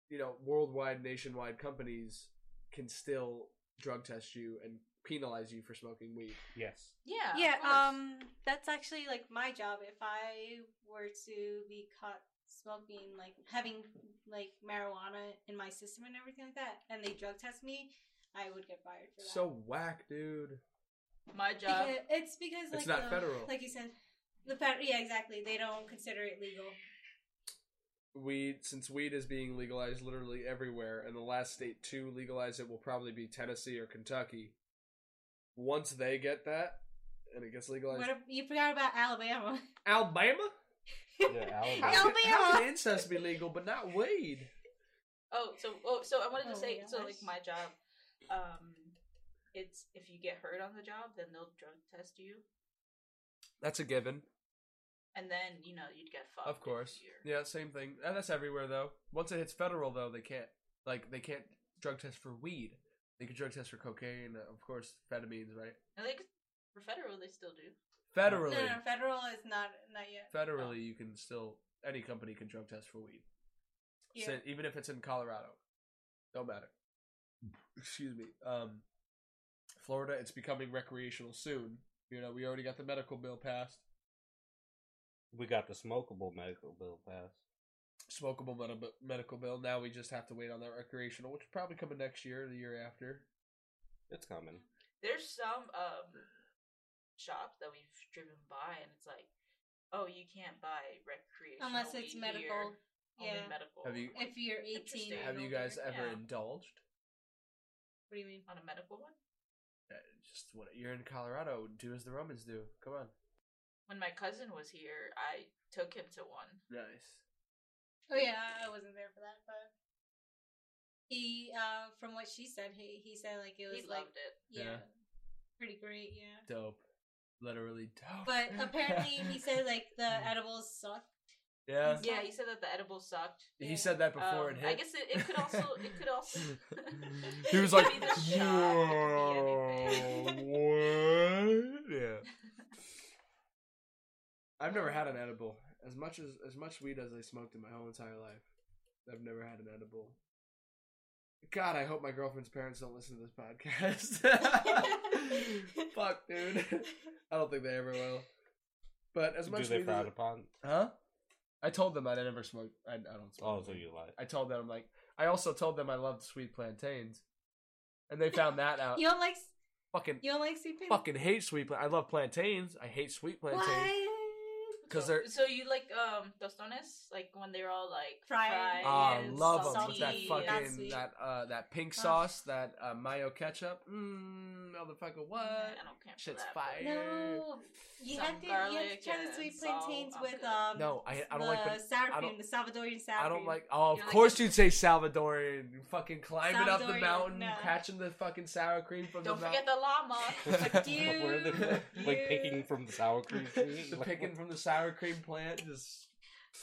S2: you know, worldwide, nationwide companies can still drug test you and penalize you for smoking weed.
S3: know. Yes.
S4: yeah, of
S5: yeah
S4: course.
S5: um that's actually like my job if i were to be caught smoking like having like marijuana in my system and everything like that and they drug test me i would get fired for that
S2: So whack, dude.
S5: um,
S4: my job.
S5: Because- it's because like
S2: it's not
S5: the-
S2: federal.
S5: like you said the fed- yeah exactly they don't consider it legal
S2: weed since weed is being legalized literally everywhere and the last state to legalize it will probably be Tennessee or Kentucky. Once they get that and it gets legalized
S5: what if, you forgot about alabama
S2: Alabama? How,
S3: Alabama.
S5: Alabama.
S2: can, how can incest be legal but not weed?
S4: Oh, so oh, so I wanted to
S5: Oh
S4: say,
S5: my
S4: so like
S5: gosh.
S4: my job, um, it's if you get hurt on the job, then they'll drug test you,
S2: That's a given.
S4: and then you know you'd get fucked.
S2: Of course.
S4: if you're-
S2: Yeah, same thing. And that's everywhere though. Once it hits federal though, they can't like they can't drug test for weed. They can drug test for cocaine, of course, amphetamines, right?
S4: And they could- for federal they still do.
S2: Federally.
S5: no no federal is not not yet
S2: federally you can still any company can drug test for weed
S5: Yeah.
S2: So- even if it's in colorado don't matter excuse me um florida it's becoming recreational soon you know we already got the medical bill passed
S3: We got the smokable medical bill pass.
S2: smokable med- medical bill now we just have to wait on that recreational which is probably coming next year or the year after
S3: It's coming.
S4: There's some um shops that we've driven by, and it's like, oh, you can't buy recreational
S5: unless it's
S4: weed
S5: medical
S4: here, only
S5: yeah
S4: medical.
S2: Have you-
S5: if you're 18
S4: Interesting.
S5: and
S2: have you
S5: older.
S2: guys ever
S4: Yeah.
S2: indulged
S5: what do you mean
S4: on a medical one?
S2: Uh, just what you're in colorado do as the romans do come on
S4: When my cousin was here, I took him to one.
S2: nice
S5: Oh yeah, I wasn't there for that, but he, uh, from what she said, he he said like it
S4: He
S5: was like
S4: loved it.
S5: yeah,
S2: Yeah.
S5: pretty great, yeah.
S2: dope literally dope
S5: But apparently, he said like the
S2: Mm.
S5: edibles suck.
S2: yeah
S4: Yeah, he said that the edible sucked.
S5: Yeah.
S2: He said that before
S4: Um,
S2: it
S4: I
S2: hit.
S4: guess it, it could also it could also
S2: he was like,
S4: it could be the shot, it could be anything.
S2: "Whoa, what?" Yeah. I've never had an edible. As much as as much weed as I smoked in my whole entire life, I've never had an edible. God, I hope my girlfriend's parents don't listen to this podcast. Fuck, dude. I don't think they ever will. But as
S3: Do
S2: much
S3: they
S2: weed, as
S3: frown upon?
S2: huh? I told them I never smoked. I, I don't smoke.
S3: Oh, so you lie.
S2: I told them like I also told them I loved sweet plantains, and they found that out.
S5: You don't like s-
S2: fucking
S5: you don't like sweet potato.
S2: fucking hate sweet. Pla- I love plantains. I hate sweet
S5: what?
S2: plantains. 'Cause
S4: So-
S2: they're-
S4: so you like um tostones, like when they're all like
S5: Fried.
S4: fried
S2: Ah,
S5: and
S2: love 'em
S5: salty
S2: with that
S4: and-
S5: not
S2: fucking
S5: sweet.
S2: that uh that pink
S5: Ah.
S2: sauce, that uh, mayo ketchup. Mmm, motherfucker,
S4: Nah,
S2: what?
S4: I don't care. for
S2: Shit's
S4: that, but-
S2: fire.
S5: No, you
S4: Some
S5: have to you have to
S4: garlic
S5: try the
S4: and
S5: sweet
S4: salt.
S5: plantains
S4: I'm
S5: with
S4: good.
S5: um.
S2: No, I I don't like.
S5: the
S2: Ban-
S5: sour
S2: I
S5: cream, the Salvadorian sour cream.
S2: I don't like. Oh, of
S4: You don't like
S2: course
S4: it?
S2: you'd say Salvadorian. Fucking climbing up the
S5: Salvadorian,
S2: mountain,
S5: no.
S2: catching the fucking sour cream from
S4: Don't
S2: the
S4: forget
S2: mountain.
S4: the llama.
S3: Where they- like picking from the sour cream. tree?
S2: the
S3: Like,
S2: picking from the sour cream plant. Just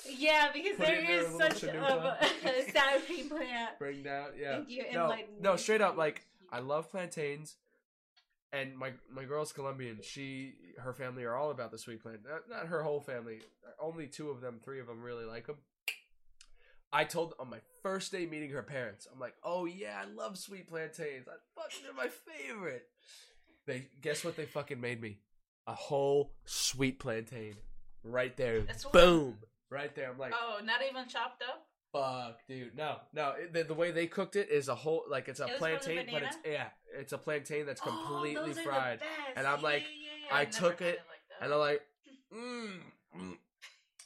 S5: Yeah, because
S2: Put
S5: there
S2: in there
S5: is
S2: a little
S5: such a,
S2: chalupa.
S5: a sour cream plant.
S2: bring down. Yeah.
S5: Thank you.
S2: No,
S5: enlightened
S2: no,
S5: me.
S2: straight up, like, I love plantains. and my my girl's Colombian. She her family are all about the sweet plant. Not, not her whole family. Only two of them, three of them really like them. I told on my first day meeting her parents, I'm like, "Oh yeah, I love sweet plantains. I fucking they're my favorite." They guess what they fucking made me? A whole sweet plantain right there.
S4: That's what-
S2: Boom. Right there. I'm like,
S4: Oh, not even chopped up.
S2: Fuck, dude. No, no. it- the, the way they cooked it is a whole like it's a
S5: It was from the
S2: plantain, but it's yeah, it's a plantain that's completely
S5: oh, those Are
S2: fried.
S5: the best.
S2: And I'm like, I
S4: I've never
S2: took
S4: had
S2: it,
S4: like that.
S2: And I'm like, mmm. Mm.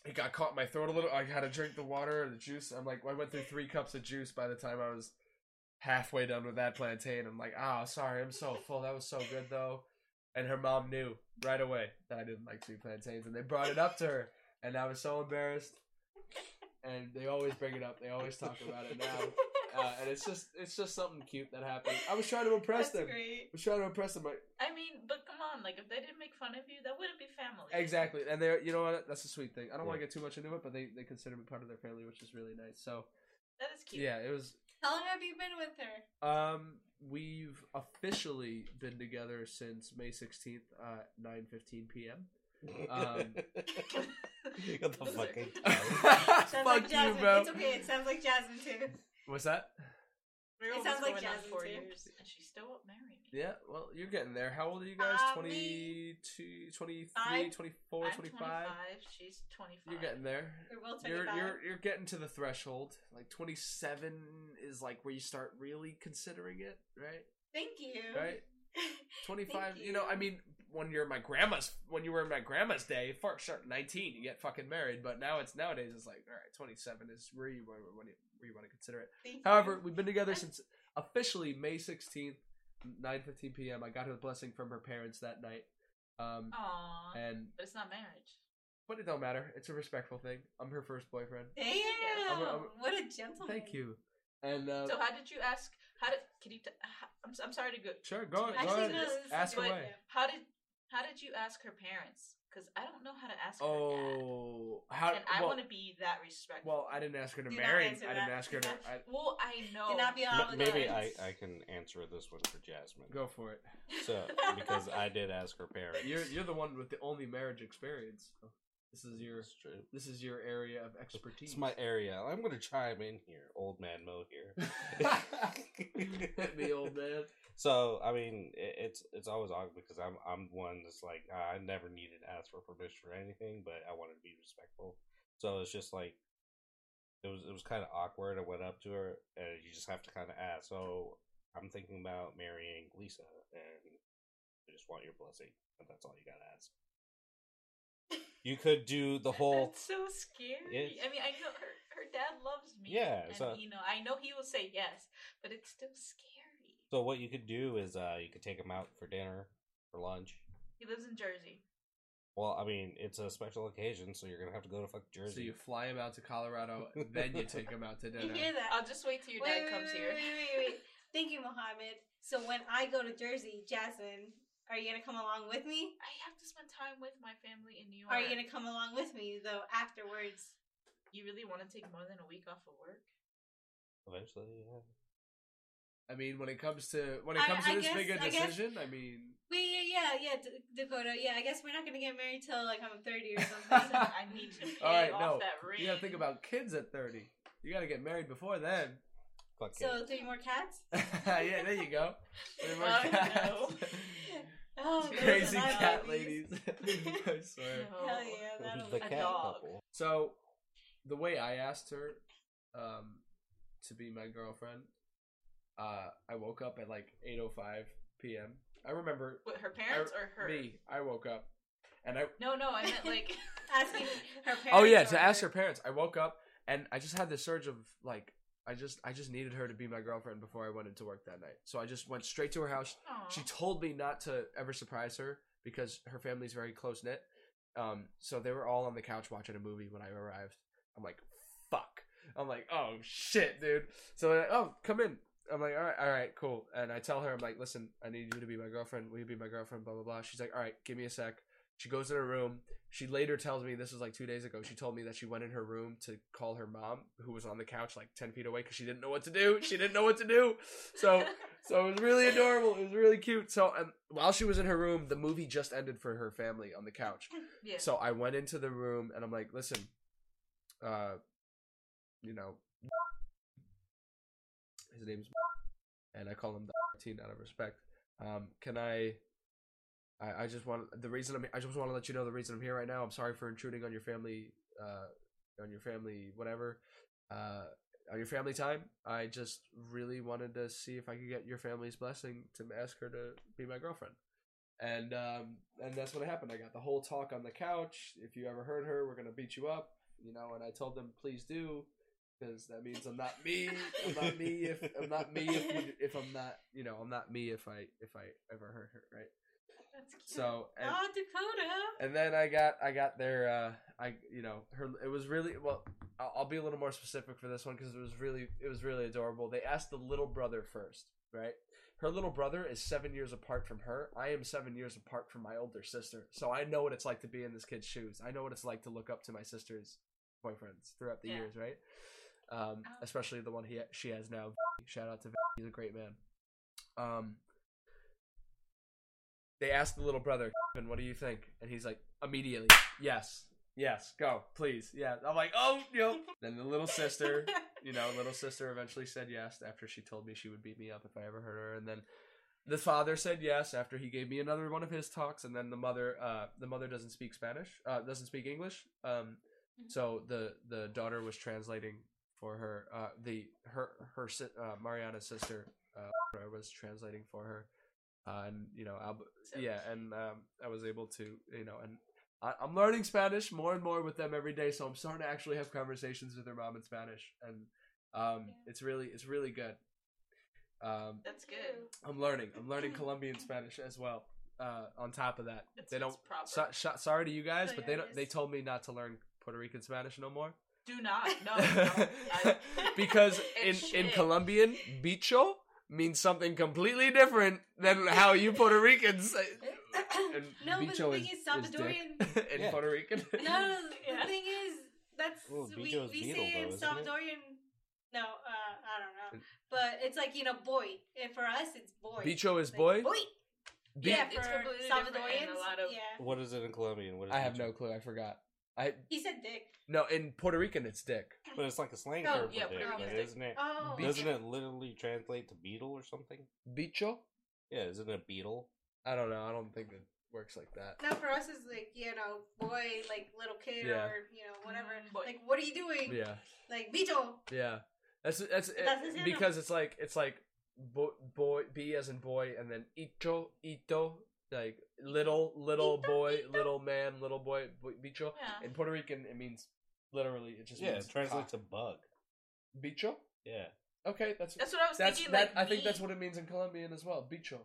S2: It got caught in my throat a little. I had to drink the water or the juice. I'm like, I went through three cups of juice by the time I was halfway done with that plantain. I'm like, oh, sorry, I'm so full. That was so good though. And her mom knew right away that I didn't like sweet plantains, and they brought it up to her, and I was so embarrassed. And they always bring it up. They always talk about it now. uh, and it's just it's just something cute that happened. I was trying to impress
S5: That's
S2: them. I
S5: great.
S2: was trying to impress them. Like,
S4: I mean, but come on, like if they didn't make fun of you, that wouldn't be family.
S2: exactly, and they're you know what? That's a sweet thing. I don't want to get too much into it, but they they consider me part of their family, which is really nice. So
S4: That is cute.
S2: yeah, it was.
S5: How long have you been with her?
S2: Um, we've officially been together since May sixteenth, uh, nine fifteen p.m. Um,
S3: you got the
S4: Loser.
S3: fucking
S5: Sounds
S2: Fuck
S5: like
S2: you,
S5: Jasmine.
S2: bro.
S5: It's okay. It sounds like Jasmine too.
S2: What's that?
S4: We were
S5: It
S4: almost
S5: sounds like
S4: going on
S5: Jasmine
S4: four
S5: too.
S4: years, and she's still won't marry me.
S2: Yeah, well, you're getting there. How old are you guys?
S5: Uh,
S2: Twenty two, twenty three,
S5: Five.
S2: twenty four,
S4: I'm
S2: twenty
S4: 25.
S2: five.
S4: She's 25.
S2: You're getting there.
S5: We're both
S2: you're
S5: 25.
S2: you're you're getting to the threshold. Like 27 is like where you start really considering it, right?
S5: Thank you.
S2: Right? 25, you.
S5: Thank
S2: know, I
S5: you.
S2: mean, when you're my grandma's when you were in my grandma's day, fuck sure, 19, you get fucking married, but now it's nowadays it's like, all right, 27 is where you where, you- where you want to consider it.
S5: Thank
S2: However,
S5: you.
S2: we've been together since officially May 16th, 9:15 p.m. I got her the blessing from her parents that night. Um
S4: Aww.
S2: and
S4: but it's not marriage.
S2: but it don't matter. It's a respectful thing. I'm her first boyfriend.
S5: Damn!
S4: I'm
S2: a- I'm a-
S5: what a gentleman.
S2: Thank you. And uh,
S4: So how did you ask? How did? Can you? T- I'm I'm sorry to go.
S2: Sure, go, go
S5: Actually,
S2: ahead.
S5: no, this is
S2: Ask
S5: good.
S2: away.
S4: How did? How did you ask her parents? Because I don't know how to ask. her
S2: Oh, how?
S4: dad. and I
S2: well,
S4: want to be that respectful.
S2: well, I didn't ask her to
S5: Do not
S2: marry. I
S5: answer
S2: didn't
S5: that.
S2: ask her to. I,
S4: Well, I know.
S5: Do not be
S3: M-
S5: obligated.
S3: Maybe I, I can answer this one for Jasmine.
S2: go for it.
S3: So because I did ask her parents.
S2: You're you're the one with the only marriage experience. Oh, This is your
S3: It's true.
S2: this is your area of expertise.
S3: It's my area. I'm gonna chime in here, old man Mo here.
S2: Hit me, old man.
S3: So I mean, it, it's it's always awkward because I'm I'm one that's like ah, I never needed to ask for permission or anything, but I wanted to be respectful. So it's just like it was it was kind of awkward. I went up to her, and you just have to kind of ask. So I'm thinking about marrying Lisa, and I just want your blessing, and that's all you gotta ask. You could do the whole.
S4: That's so scary.
S3: Yes.
S4: I mean, I know her, her dad loves me.
S3: Yeah,
S4: and
S3: so-
S4: you know, I know he will say yes, but it's still scary.
S3: So what you could do is uh, you could take them out for dinner, for lunch.
S4: He lives in Jersey.
S3: Well, I mean, it's a special occasion, so you're gonna have to go to fuck Jersey.
S2: So you fly him out to Colorado, then you take him out to dinner.
S5: You hear that?
S4: I'll just wait till your dad comes
S5: wait,
S4: here.
S5: Wait, wait, wait, wait. Thank you, Mohammed. So when I go to Jersey, Jasmine, are you gonna come along with me?
S4: I have to spend time with my family in New York.
S5: Are you gonna come along with me though afterwards?
S4: You really want to take more than a week off of work?
S3: Eventually, yeah.
S2: I mean, when it comes to when it
S5: I-
S2: comes
S5: I
S2: to this
S5: guess-
S2: big a
S5: I guess-
S2: decision, I mean,
S5: Wait, yeah, yeah, yeah, D- Dakota. Yeah, I guess we're not gonna get married till like I'm 30 or
S4: Listen,
S5: something.
S4: I need to pay
S2: All right, no.
S4: off that ring.
S2: you gotta think about kids at thirty. You gotta get married before then.
S3: Fuck
S5: so
S3: it.
S5: three more cats?
S2: yeah, there you go. There were
S4: Oh,
S2: cats.
S5: Oh, those are
S2: Crazy
S5: my
S2: cat
S5: hobbies.
S2: ladies. I swear.
S4: No.
S5: Hell yeah, that'll
S3: the
S5: be
S4: a
S3: cat
S4: dog.
S3: couple.
S2: So, the way I asked her um, to be my girlfriend, uh, I woke up at like 8.05 p.m. I remember
S4: With her parents or her?
S2: me. I woke up and I.
S4: No, no, I meant like.
S5: asking her parents.
S2: Oh, yeah,
S5: or
S2: to ask her parents. I woke up and I just had this surge of like. I just I just needed her to be my girlfriend before I went into work that night. So I just went straight to her house,
S4: Aw.
S2: She told me not to ever surprise her because her family's very close knit. Um, so they were all on the couch watching a movie when I arrived. I'm like, fuck. I'm like, oh shit, dude. So they're like, oh, come in. I'm like, all right, all right, cool. And I tell her, I'm like, listen, I need you to be my girlfriend. Will you be my girlfriend? Blah blah blah. She's like, all right, give me a sec. She goes in her room. She later tells me this was like two days ago. She told me that she went in her room to call her mom, who was on the couch like ten feet away, because she didn't know what to do. She didn't know what to do. So so it was really adorable. It was really cute. So um, while she was in her room, the movie just ended for her family on the couch.
S4: yeah.
S2: So I went into the room and I'm like, listen, uh, you know, his name's and I call him the 14 out of respect. Um, can I? I, I just want the reason I'm. I just want to let you know the reason I'm here right now. I'm sorry for intruding on your family, uh, on your family, whatever, uh, on your family time. I just really wanted to see if I could get your family's blessing to ask her to be my girlfriend and um, and that's what happened. I got the whole talk on the couch. If you ever hurt her, we're gonna beat you up, you know. And I told them, please do, because that means I'm not me. I'm not me if I'm not me if you, if I'm not you know I'm not me if I if I ever hurt her, right?
S4: That's cute.
S2: So and,
S5: oh, Dakota.
S2: and then I got I got their uh, I you know her it was really well. I'll, I'll be a little more specific for this one because it was really it was really adorable. They asked the little brother first, right? Her little brother is seven years apart from her. I am seven years apart from my older sister, so I know what it's like to be in this kid's shoes. I know what it's like to look up to my sister's boyfriends throughout the
S4: Yeah.
S2: years, right? Um,
S4: Oh.
S2: especially the one he she has now. Shout out to he's a great man. Um, they asked the little brother, "Kevin, what do you think?" And he's like, immediately, yes, yes, go, please, yeah. I'm like, oh, no. Then the little sister, you know, little sister eventually said yes after she told me she would beat me up if I ever hurt her, and then the father said yes after he gave me another one of his talks, and then the mother, uh, the mother doesn't speak Spanish, uh, doesn't speak English, um, so the the daughter was translating for her. Uh, the her her si- uh, Mariana's sister uh, was translating for her, uh, and you know, Alb-
S4: So
S2: yeah, and um, I was able to you know, and I, I'm learning Spanish more and more with them every day, so I'm starting to actually have conversations with their mom in Spanish, and um,
S4: Yeah.
S2: it's really it's really good. Um,
S4: That's good.
S2: I'm learning. I'm learning Colombian Spanish as well. Uh, on top of that,
S4: That's,
S2: they don't.
S4: proper.
S2: So, so, sorry to you guys,
S5: Oh,
S2: but
S5: yeah,
S2: they
S5: it
S2: don't. They
S5: is.
S2: told me not to learn Puerto Rican Spanish no more
S4: Do not. No.
S5: Oh,
S4: don't. I-
S2: because in
S4: It's
S2: in
S4: shit.
S2: Colombian, bicho means something completely different than how you Puerto Ricans say. And
S5: no, but the
S2: bicho
S5: thing
S2: is-
S5: is,
S2: is dick.
S5: Salvadorian.
S2: in
S3: Yeah.
S2: Puerto Rican.
S5: no,
S4: Yeah.
S5: the thing is, that's
S3: Well,
S5: we, we
S3: bicho is beetle,
S5: say in
S3: though, isn't it?
S5: Salvadorian. No, uh, I don't know,
S2: And-
S5: but it's like you know, boy. And for us, it's boy.
S2: Bicho is
S5: Like,
S2: boy.
S5: Boy.
S2: Bi-
S5: yeah,
S4: It's
S5: for
S4: completely different in
S5: Salvadorians.
S4: a lot of-
S5: yeah,
S3: What is it in Colombian? What is
S2: I have
S3: bicho?
S2: no clue. I forgot. I
S5: he said dick.
S2: no in Puerto Rican it's dick.
S3: But it's like a slang
S5: Oh,
S3: term
S4: yeah,
S3: for dick,
S4: Puerto
S3: but
S4: Rican.
S3: isn't it?
S5: Oh,
S2: Bicho.
S3: Doesn't it literally translate to beetle or something?
S2: Bicho.
S3: Yeah, isn't it a beetle?
S2: I don't know. I don't think it works like that.
S5: No, for us it's like you know, boy, like little kid
S2: Yeah.
S5: or you know, whatever.
S4: Mm, boy.
S5: Like, what are you doing?
S2: Yeah,
S5: Like, bicho.
S2: yeah. That's that's
S5: That's his handle.
S2: because it's like it's like bo- boy b as in boy and then ito ito like little little
S5: Ito,
S2: boy
S5: ito.
S2: little man little boy bu- bicho
S4: Yeah.
S2: in Puerto Rican it means literally it just
S3: Yeah,
S2: means
S3: it translates to
S2: cock.
S3: bug.
S2: bicho
S3: Yeah.
S2: okay that's that's,
S4: That's what I was thinking.
S2: that
S4: like,
S2: I think that's
S4: meat.
S2: what it means in Colombian as well bicho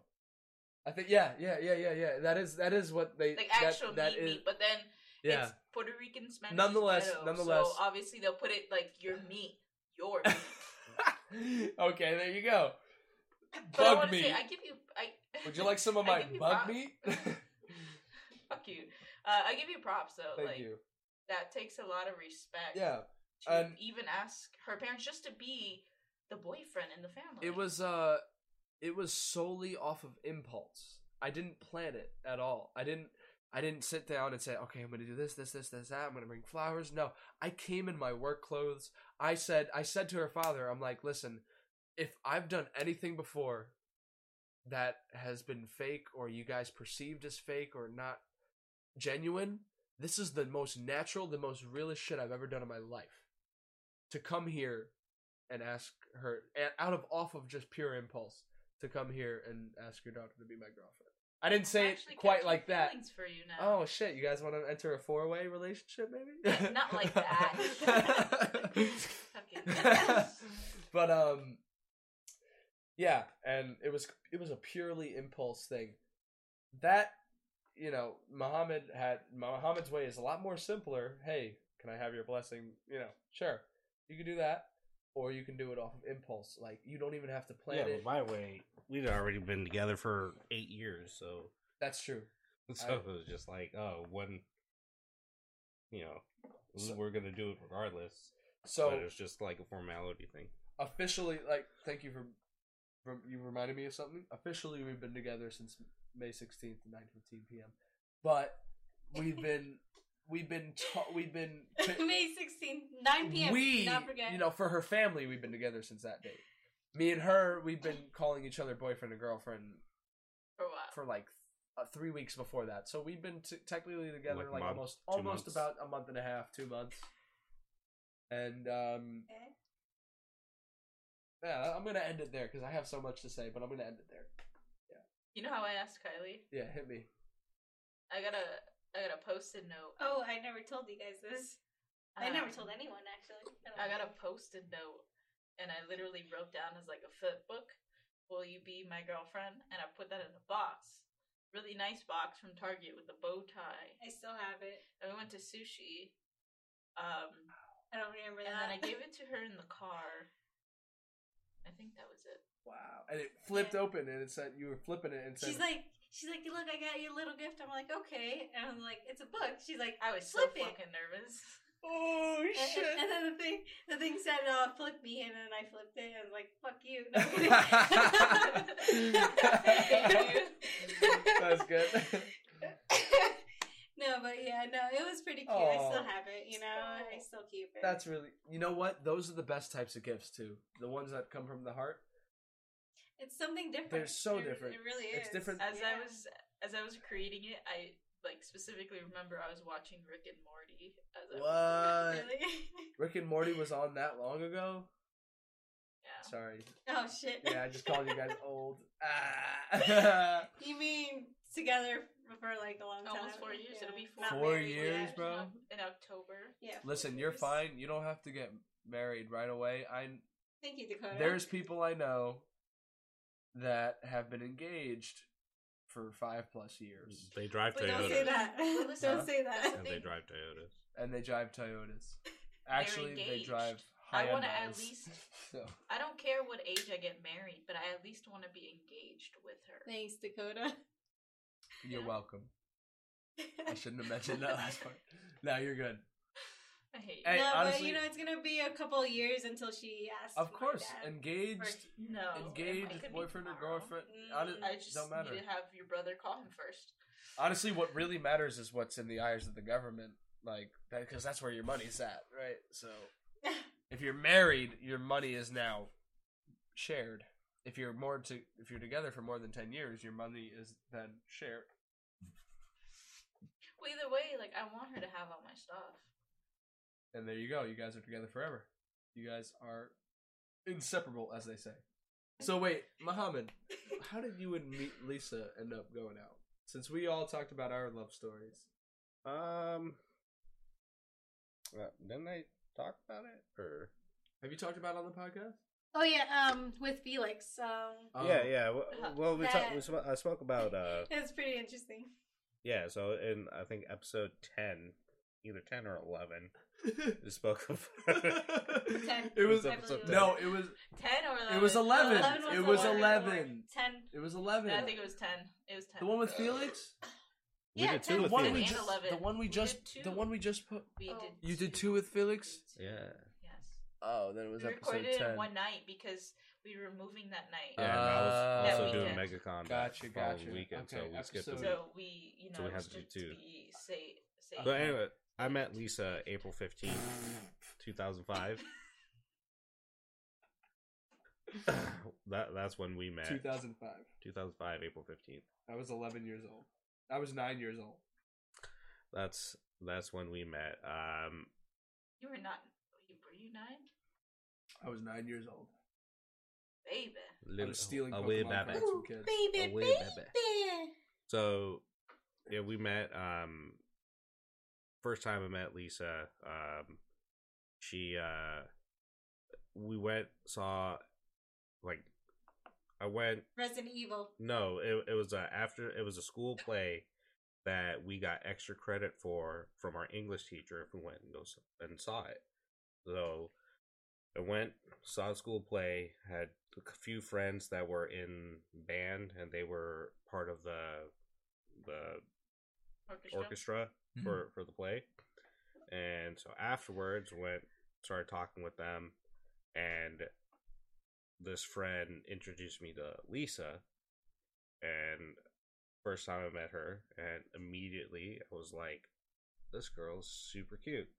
S2: I think yeah yeah yeah yeah yeah that is that is what they
S4: like
S2: that-
S4: actual
S2: that
S4: meat,
S2: is-
S4: meat, but then
S2: yeah
S4: it's Puerto Rican Spanish.
S2: Nonetheless-
S4: is ghetto,
S2: nonetheless-
S4: So obviously they'll put it like your meat, your. Meat.
S2: okay there you go
S4: But I
S2: bug
S4: wanna
S2: meat
S4: Say, I give you. I.
S2: would you like some of
S4: I
S2: my
S4: give you
S2: bug
S4: props.
S2: meat
S4: Fuck you. Uh, I give you props though.
S2: thank
S4: like
S2: you
S4: that takes a lot of respect.
S2: yeah
S4: To
S2: and-
S4: even ask her parents just to be the boyfriend in the family.
S2: It was uh it was solely off of impulse. I didn't plan it at all. I didn't I didn't sit down and say, "Okay, I'm going to do this, this, this, this, that. I'm going to bring flowers." No. I came in my work clothes. I said I said to her father, I'm like, "Listen, if I've done anything before that has been fake or you guys perceived as fake or not genuine, this is the most natural, the most realest shit I've ever done in my life. To come here and ask her a- out of off of just pure impulse to come here and ask your daughter to be my girlfriend. I didn't say it
S4: Actually
S2: quite
S4: catching
S2: like that.
S4: feelings For you now.
S2: Oh shit! You guys want to enter a four-way relationship, maybe?
S4: Yeah, not like that. Fucking-
S2: but um, yeah, and it was it was a purely impulse thing. That you know, Muhammad had Muhammad's way is a lot more simpler. Hey, can I have your blessing? You know, sure, you can do that, or you can do it off of impulse. Like you don't even have to plan
S3: yeah,
S2: it.
S3: but my way, we'd already been together for eight years, so
S2: That's true.
S3: So it was just like, oh, when, you know,
S2: So-
S3: we're gonna do it regardless.
S2: So
S3: but it was just like a formality thing.
S2: officially, like, thank you for, for you reminded me of something. Officially, we've been together since May sixteenth, nine fifteen p.m. But we've been we've been ta- we've been
S5: May 16th, 9 p.m.
S2: we
S5: not forget.
S2: you know for her family we've been together since that date. Me and her we've been calling each other boyfriend and girlfriend
S4: for a while.
S2: for like uh, three weeks before that. So we've been t- technically together
S3: Like
S2: like,
S3: a month,
S2: almost
S3: two
S2: almost
S3: months.
S2: about a month and a half, two months. And um,
S5: Okay.
S2: yeah, I'm gonna end it there because I have so much to say, but I'm gonna end it there.
S4: You know how I asked Kylie?
S2: Yeah, hit me.
S4: I got a I got a post-it note.
S5: Oh, I never told you guys this. I never
S4: Um,
S5: told anyone actually.
S4: I got a
S5: don't
S4: post-it note, and I literally wrote down as like a flip book, "Will you be my girlfriend?" And I put that in a box, really nice box from Target with a bow tie.
S5: know. I still have it.
S4: And we went to sushi, um,
S5: I don't remember
S4: and
S5: that.
S4: then I gave it to her in the car. I think that was it.
S2: Wow. And it flipped
S5: Yeah.
S2: open, and it said you were flipping it, and said,
S5: She's like, she's like, look, I got you a little gift. I'm like, okay, and I'm like, it's a book. She's like,
S4: I was
S5: flip
S4: so
S5: it.
S4: fucking nervous.
S2: "Oh
S5: And,
S2: shit!"
S5: and then the thing, the thing said, uh, flip me, and then I flipped it, and like, fuck you. No, I'm kidding.
S2: That's good.
S5: no, but yeah, no, it was pretty cute. I
S2: Aw.
S5: still have it, you know. I still keep it.
S2: That's really. You know what? Those are the best types of gifts too. The ones that come from the heart.
S5: it's something different.
S2: They're so
S5: It-
S2: different.
S5: It really is.
S2: It's different-
S4: As I
S5: Yeah.
S4: was as I was creating it, I like specifically remember I was watching Rick and Morty. As I was doing
S2: What?
S4: it.
S5: Really?
S2: Rick and Morty was on that long ago.
S4: Yeah.
S2: Sorry.
S5: oh shit.
S2: Yeah, I just called you guys old. Ah.
S5: You mean together for like a long time?
S4: Almost four years. It'll be four
S5: Not
S2: Four
S5: married
S2: years,
S5: yet.
S2: bro.
S4: In October.
S5: Yeah. four
S2: Listen, you're
S5: years.
S2: fine. You don't have to get married right away. I
S5: Thank you, Dakota.
S2: there's people I know that have been engaged for five plus years,
S3: They drive
S4: But
S5: Don't
S4: Toyota.
S5: say
S3: Toyotas,
S5: that.
S4: Huh?
S5: Don't say that.
S3: and they drive Toyotas.
S2: and they drive Toyotas. Actually, they
S4: engaged.
S2: drive.
S4: I wanna at
S2: Hyundais.
S4: least-
S2: So
S4: I don't care what age I get married, but I at least want to be engaged with her.
S5: Thanks, Dakota.
S2: you're welcome. I shouldn't have mentioned that last part. No, you're good.
S4: I hate
S2: Hey,
S5: no,
S2: honestly-
S5: but you know it's gonna be a couple of years until she asks.
S2: Of
S5: my
S2: course,
S5: dad
S2: engaged,
S5: for-
S4: you. No.
S2: engaged,
S4: it could be
S2: boyfriend or
S4: tomorrow.
S2: girlfriend.
S5: Mm.
S2: hone-
S4: I just
S2: don't matter.
S4: need to have your brother call him first.
S2: Honestly, what really matters is what's in the eyes of the government, like because that's where your money's at, right? So if you're married, your money is now shared. If you're more to if you're together for more than ten years, your money is then shared.
S4: Well, either way, like I want her to have all my stuff.
S2: And there you go. You guys are together forever. You guys are inseparable, as they say. So wait, Muhammad, how did you and me- Lisa end up going out? Since we all talked about our love stories,
S3: Um, uh, didn't I talk about it? Or
S2: have you talked about it on the podcast?
S5: Oh yeah, um, with Felix, um,
S2: Um,
S3: yeah, yeah. w- Well, we talked.
S5: Uh, That-
S3: We sp- I spoke about uh,
S5: it's pretty interesting.
S3: yeah. So in I think episode ten, either ten or eleven, we spoke of.
S5: Ten.
S2: Um, It was
S5: I believe
S2: no, it was
S4: Ten or eleven?
S2: It was 11.
S5: was
S2: It was
S5: the one.
S2: 11.
S5: Ten.
S2: it was eleven.
S4: No, I think it was ten. It was ten.
S2: the one with Felix.
S3: We
S5: Yeah,
S3: did
S5: ten.
S3: two
S2: The
S3: with
S2: one
S4: Felix.
S2: we
S4: And
S2: just.
S4: 11.
S2: The one we
S4: We
S2: just.
S4: did
S2: The
S4: two.
S2: one we just put.
S4: We
S5: Oh.
S4: did.
S2: You did two with Felix?
S4: We did two.
S3: Yeah.
S4: Yes.
S2: Oh, then it was
S4: We
S2: episode
S4: recorded it
S2: ten.
S4: in one night because we were moving that night.
S3: Yeah, and
S2: Uh,
S3: I was
S4: That
S3: also doing
S4: weekend.
S3: MegaCon. that
S2: Gotcha,
S3: following
S2: gotcha.
S3: Weekend, so
S2: Okay,
S3: we skipped the
S2: episode-
S3: week.
S4: So we, you know,
S3: So we had to
S4: just
S3: do two.
S4: to be safe. safe.
S3: But anyway, I met Lisa April fifteenth, two thousand five. that that's when we met.
S2: Two thousand five.
S3: Two thousand five, April fifteenth.
S2: I was eleven years old. I was nine years old.
S3: That's that's when we met. Um,
S4: you were not. Were you nine,
S2: I was nine years old.
S4: baby?
S2: I
S3: little,
S2: was stealing
S3: away
S2: Pokemon
S3: baby.
S2: cards from kids.
S5: Baby,
S3: Away
S5: baby.
S3: baby. So yeah, we met. Um, first time I met Lisa. Um, she uh, we went saw like I went
S5: Resident Evil.
S3: No, it it was a after it was a school play that we got extra credit for from our English teacher if we went and goes and saw it. So I went saw the school play. Had a few friends that were in band and they were part of the the
S4: Orchestra.
S3: orchestra for for the play and so afterwards went started talking with them and this friend introduced me to lisa and first time i met her and immediately i was like this girl's super cute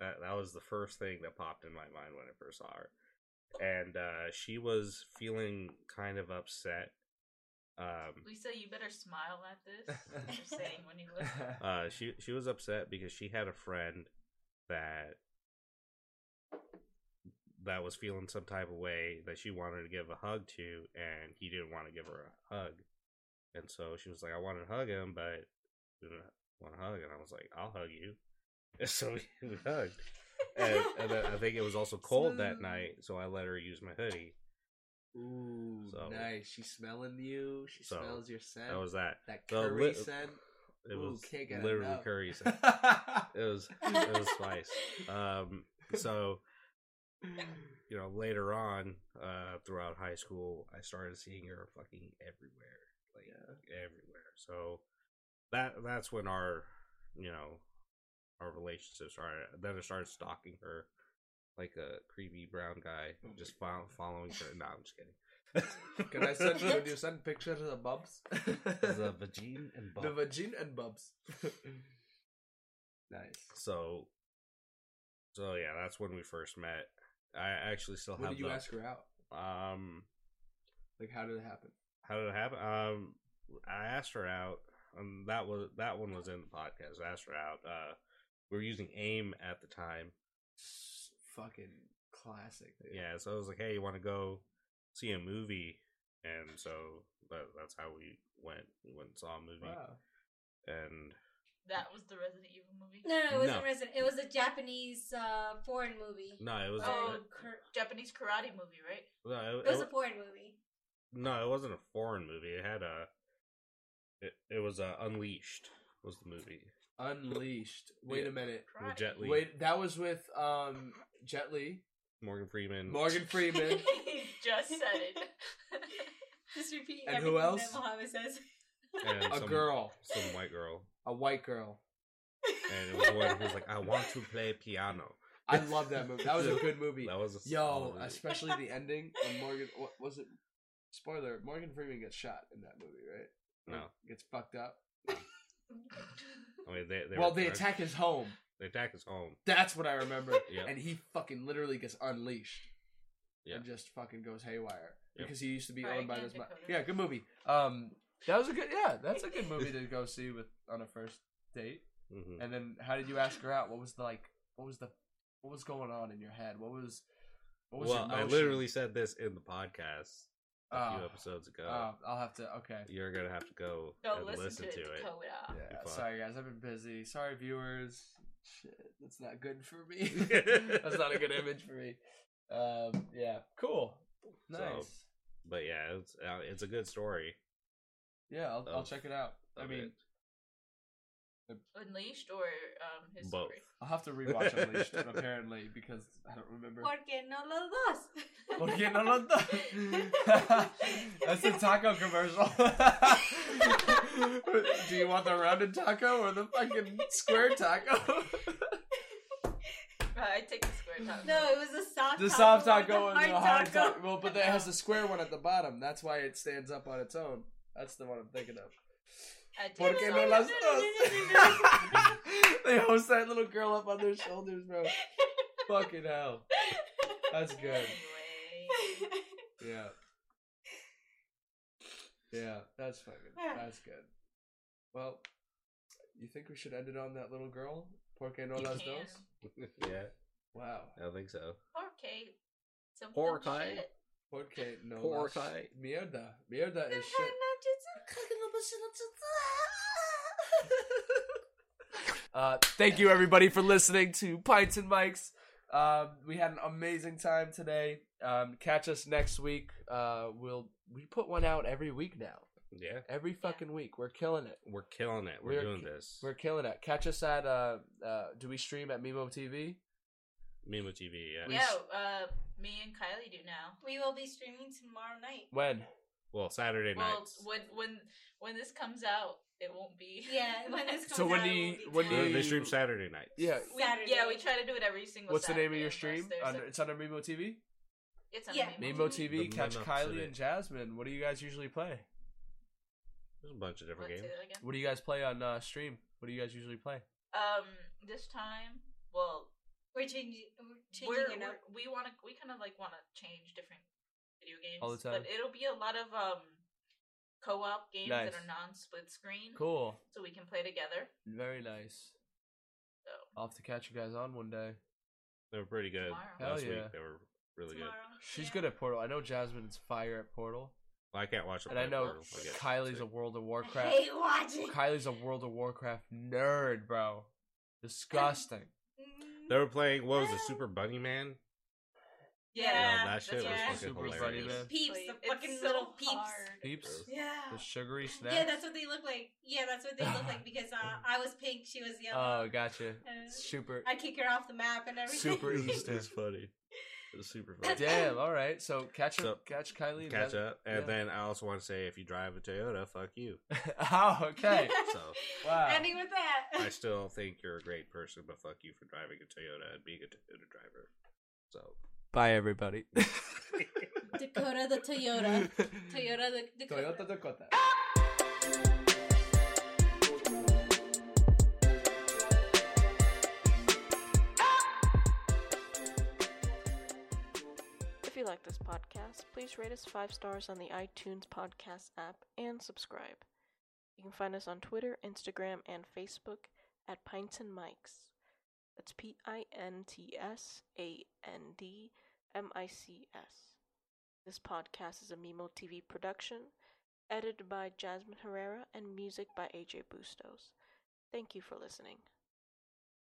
S3: that that was the first thing that popped in my mind when i first saw her and uh she was feeling kind of upset um
S4: Lisa, you better smile at this. I'm just saying when you look.
S3: uh, she she was upset because she had a friend that that was feeling some type of way that she wanted to give a hug to, and he didn't want to give her a hug, and so she was like, "I want to hug him, but didn't want to hug," and I was like, "I'll hug you," and so we, we hugged, and, and then I think it was also cold that
S5: Smooth.
S3: night, so I let her use my hoodie.
S2: Ooh,
S3: So-
S2: nice. She's smelling you. She
S3: So,
S2: smells your scent.
S3: That was that.
S2: that
S3: the
S2: curry
S3: lit-
S2: scent.
S3: It
S2: Ooh,
S3: was
S2: can't get
S3: literally
S2: enough.
S3: curry scent. It was it was spice. Um, so you know, later on, uh, throughout high school, I started seeing her fucking everywhere, like everywhere. So that that's when our, you know, our relationship started. Then I started stalking her, like a creepy brown guy,
S2: Oh my
S3: just fol- following her. No, I'm just kidding.
S2: Can I send you you send pictures of the bubs?
S3: the vagine and
S2: The
S3: bump.
S2: vagine and bubs. nice.
S3: So, so yeah, that's when we first met. I actually still
S2: When
S3: have.
S2: did you
S3: the-
S2: ask her out?
S3: Um,
S2: Like, how did it happen?
S3: how did it happen? Um, I asked her out. Um, that was that one was in the podcast. I asked her out. Uh, we were using AIM at the time.
S2: S- Fucking classic. dude.
S3: Yeah, so I was like, "Hey, you want to go see a movie?" And so that, that's how we went. We went and saw a movie,
S2: Wow.
S3: and
S4: That was the Resident Evil movie.
S5: No, no, it wasn't
S3: No.
S5: Resident. It was a Japanese uh, foreign movie.
S3: no, it was
S4: Oh,
S5: Uh, cur-
S4: Japanese karate movie, right?
S3: no, it,
S5: it was
S3: it-
S5: a foreign movie.
S3: no, it wasn't a foreign movie. It had a it, it was uh, Unleashed was the movie.
S2: Unleashed. Wait a minute.
S3: With
S4: Karate.
S3: Jet Li,
S2: Wait, that was with um Jet Li,
S3: Morgan Freeman,
S2: Morgan Freeman,
S4: he just said it.
S5: Just repeat
S2: And
S5: everything
S2: who else?
S5: that Mohammed says.
S3: and
S2: a
S3: some-
S2: girl,
S3: some white girl.
S2: a white girl.
S3: and it was the one who was like, "I want to play piano."
S2: I love that movie. That was a good movie.
S3: That was a solid
S2: Yo,
S3: movie.
S2: especially the ending when Morgan what was it? Spoiler: Morgan Freeman gets shot in that movie, right?
S3: No.
S2: gets fucked up.
S3: I mean, they, they
S2: well,
S3: were
S2: they
S3: drunk.
S2: attack his home.
S3: They attack his home.
S2: That's what I remember.
S3: Yeah.
S2: And he fucking literally gets unleashed.
S3: Yeah.
S2: And just fucking goes haywire
S3: Yeah.
S2: because he used to be
S4: Alright,
S2: owned by
S4: Count
S2: this. Mo-
S4: Dakota.
S2: yeah, good movie. Um, that was a good. Yeah, that's a good movie to go see with on a first date.
S3: hmm
S2: And then, how did you ask her out? What was the like? What was the? What was going on in your head? What was? What was
S3: Well,
S2: your
S3: I
S2: motion?
S3: literally said this in the podcast a few
S2: Oh.
S3: episodes ago.
S2: Oh, I'll have to. Okay.
S3: You're gonna have to go
S4: Go
S3: and
S4: listen, to, it, Dakota.
S2: Yeah,
S3: fuck.
S2: sorry guys, I've been busy. Sorry viewers. Shit, that's not good for me. that's
S3: That's
S2: not a good image for me. Um, yeah, cool, nice.
S3: So- But yeah, it's uh, it's a good story.
S2: yeah, I'll, I'll
S3: of-
S2: check it out. I
S3: of
S2: mean,
S3: it.
S4: Unleashed or um, his
S3: Both.
S4: story?
S2: I'll have to rewatch Unleashed apparently because I don't remember.
S5: Porque no los dos.
S2: Porque no lo to- That's the taco commercial. Do you want the rounded taco or the fucking square taco?
S4: Uh, I take the square top.
S5: No, it was a soft.
S2: The
S5: taco
S2: soft
S5: with
S2: taco
S5: a
S2: and the hard taco. Well, but that has
S5: No.
S2: the square one at the bottom. That's why it stands up on its own. That's the one I'm thinking of.
S4: I take
S2: Porque
S4: the
S2: no
S4: square
S2: las
S4: top.
S2: dos. they host that little girl up on their shoulders, bro. Fucking hell. That's good.
S4: Anyway.
S2: Yeah. Yeah, that's fucking. That's good. Well, you think we should end it on that little girl? Porque no
S4: You
S2: las
S4: can.
S2: dos?
S3: yeah,
S2: Wow.
S3: I think so.
S4: Porque. Some
S3: Poor
S4: dumb
S3: guy.
S4: shit.
S2: Porque no
S3: Porque.
S2: las... Mierda. Mierda is shit. Uh, thank you everybody for listening to Pints and Mics. Um, we had an amazing time today. Um, catch us next week. Uh, we'll we put one out every week now.
S3: Yeah,
S2: Every fucking week. We're killing it.
S3: we're killing it. We're,
S2: We're
S3: doing
S2: ki-
S3: this.
S2: We're killing it. Catch us at uh, uh do we stream at Mimo TV?
S3: Mimo TV. Yeah.
S4: Yeah, uh, me and Kylie do now.
S5: We will be streaming tomorrow night.
S2: When?
S3: Well, Saturday
S4: Well,
S3: nights.
S4: when when when this comes out, it won't be.
S5: Yeah, when this comes
S2: So when
S5: out,
S2: do
S5: it
S2: you-
S5: won't be
S2: when do
S5: done.
S3: They- They
S2: you-
S3: stream Saturday night.
S2: Yeah.
S4: We, yeah,
S5: Saturday.
S4: we try to do it every single.
S2: What's the name of
S4: Saturday
S2: your
S4: unless
S2: stream?
S4: there's
S2: Under,
S4: a-
S2: it's under Mimo TV.
S4: it's on
S5: Yeah.
S4: Mimo
S2: Mimo TV.
S4: TV.
S3: The
S2: catch
S3: Mimo
S2: Kylie
S3: TV.
S2: and Jasmine. What do you guys usually play?
S3: There's a bunch of different
S4: Let's do
S3: games.
S4: it again.
S2: What do you guys play on uh, stream? What do you guys usually play?
S4: Um, this time, well,
S5: We're changing, we're changing it
S4: we're,
S5: up.
S4: we're- we want to we kind of like want to change different video games
S2: All the time.
S4: but it'll be a lot of um co-op games
S2: Nice.
S4: that are non-split screen
S2: Cool.
S4: so we can play together
S2: Very nice.
S4: so
S2: I'll have to catch you guys on one day.
S3: They were pretty good
S4: Tomorrow.
S2: Hell
S3: last
S2: yeah.
S3: week. They were really good.
S5: Tomorrow,
S2: She's
S5: yeah.
S2: good at Portal. I know Jasmine's fire at Portal,
S3: Well, I can't watch them.
S2: and I
S3: play
S2: know
S3: Marvel, I guess.
S2: Kylie's a World of Warcraft.
S5: I hate watching.
S2: Kylie's a World of Warcraft nerd, bro. Disgusting.
S5: Mm.
S3: They were playing. What was it? Super Bunny Man.
S5: Yeah,
S3: No, that shit
S5: that's right.
S3: was fucking
S2: Super Bunny
S3: hilarious.
S2: Man.
S5: Peeps, the fucking little peeps.
S2: Peeps,
S5: Yeah.
S2: the sugary snack.
S5: Yeah, that's what they look like. Yeah, that's what they look like because uh, I was pink, she was
S2: Oh,
S5: yellow.
S2: gotcha.
S5: Uh,
S2: Super.
S5: I kick her off the map and everything.
S2: Super
S3: It was-
S2: Easter.
S3: It was funny. It was super funny.
S2: Damn. All right. So catch up,
S3: So,
S2: catch Kylie. and
S3: Catch
S2: Jasmine.
S3: up, and
S2: Yeah.
S3: then I also want to say, if you drive a Toyota, fuck you.
S2: oh, okay.
S3: So,
S2: Wow.
S5: Ending with that.
S3: I still think you're a great person, but fuck you for driving a Toyota and being a Toyota driver. So,
S2: Bye, everybody.
S5: Dakota the Toyota. Toyota the Dakota.
S2: Toyota Dakota.
S1: If you like this podcast, please rate us five stars on the iTunes podcast app and subscribe. You can find us on Twitter, Instagram, and Facebook at Pints and Mics. That's P I N T S A N D M I C S. This podcast is a Mimo TV production, edited by Jasmine Herrera and music by AJ Bustos. Thank you for listening.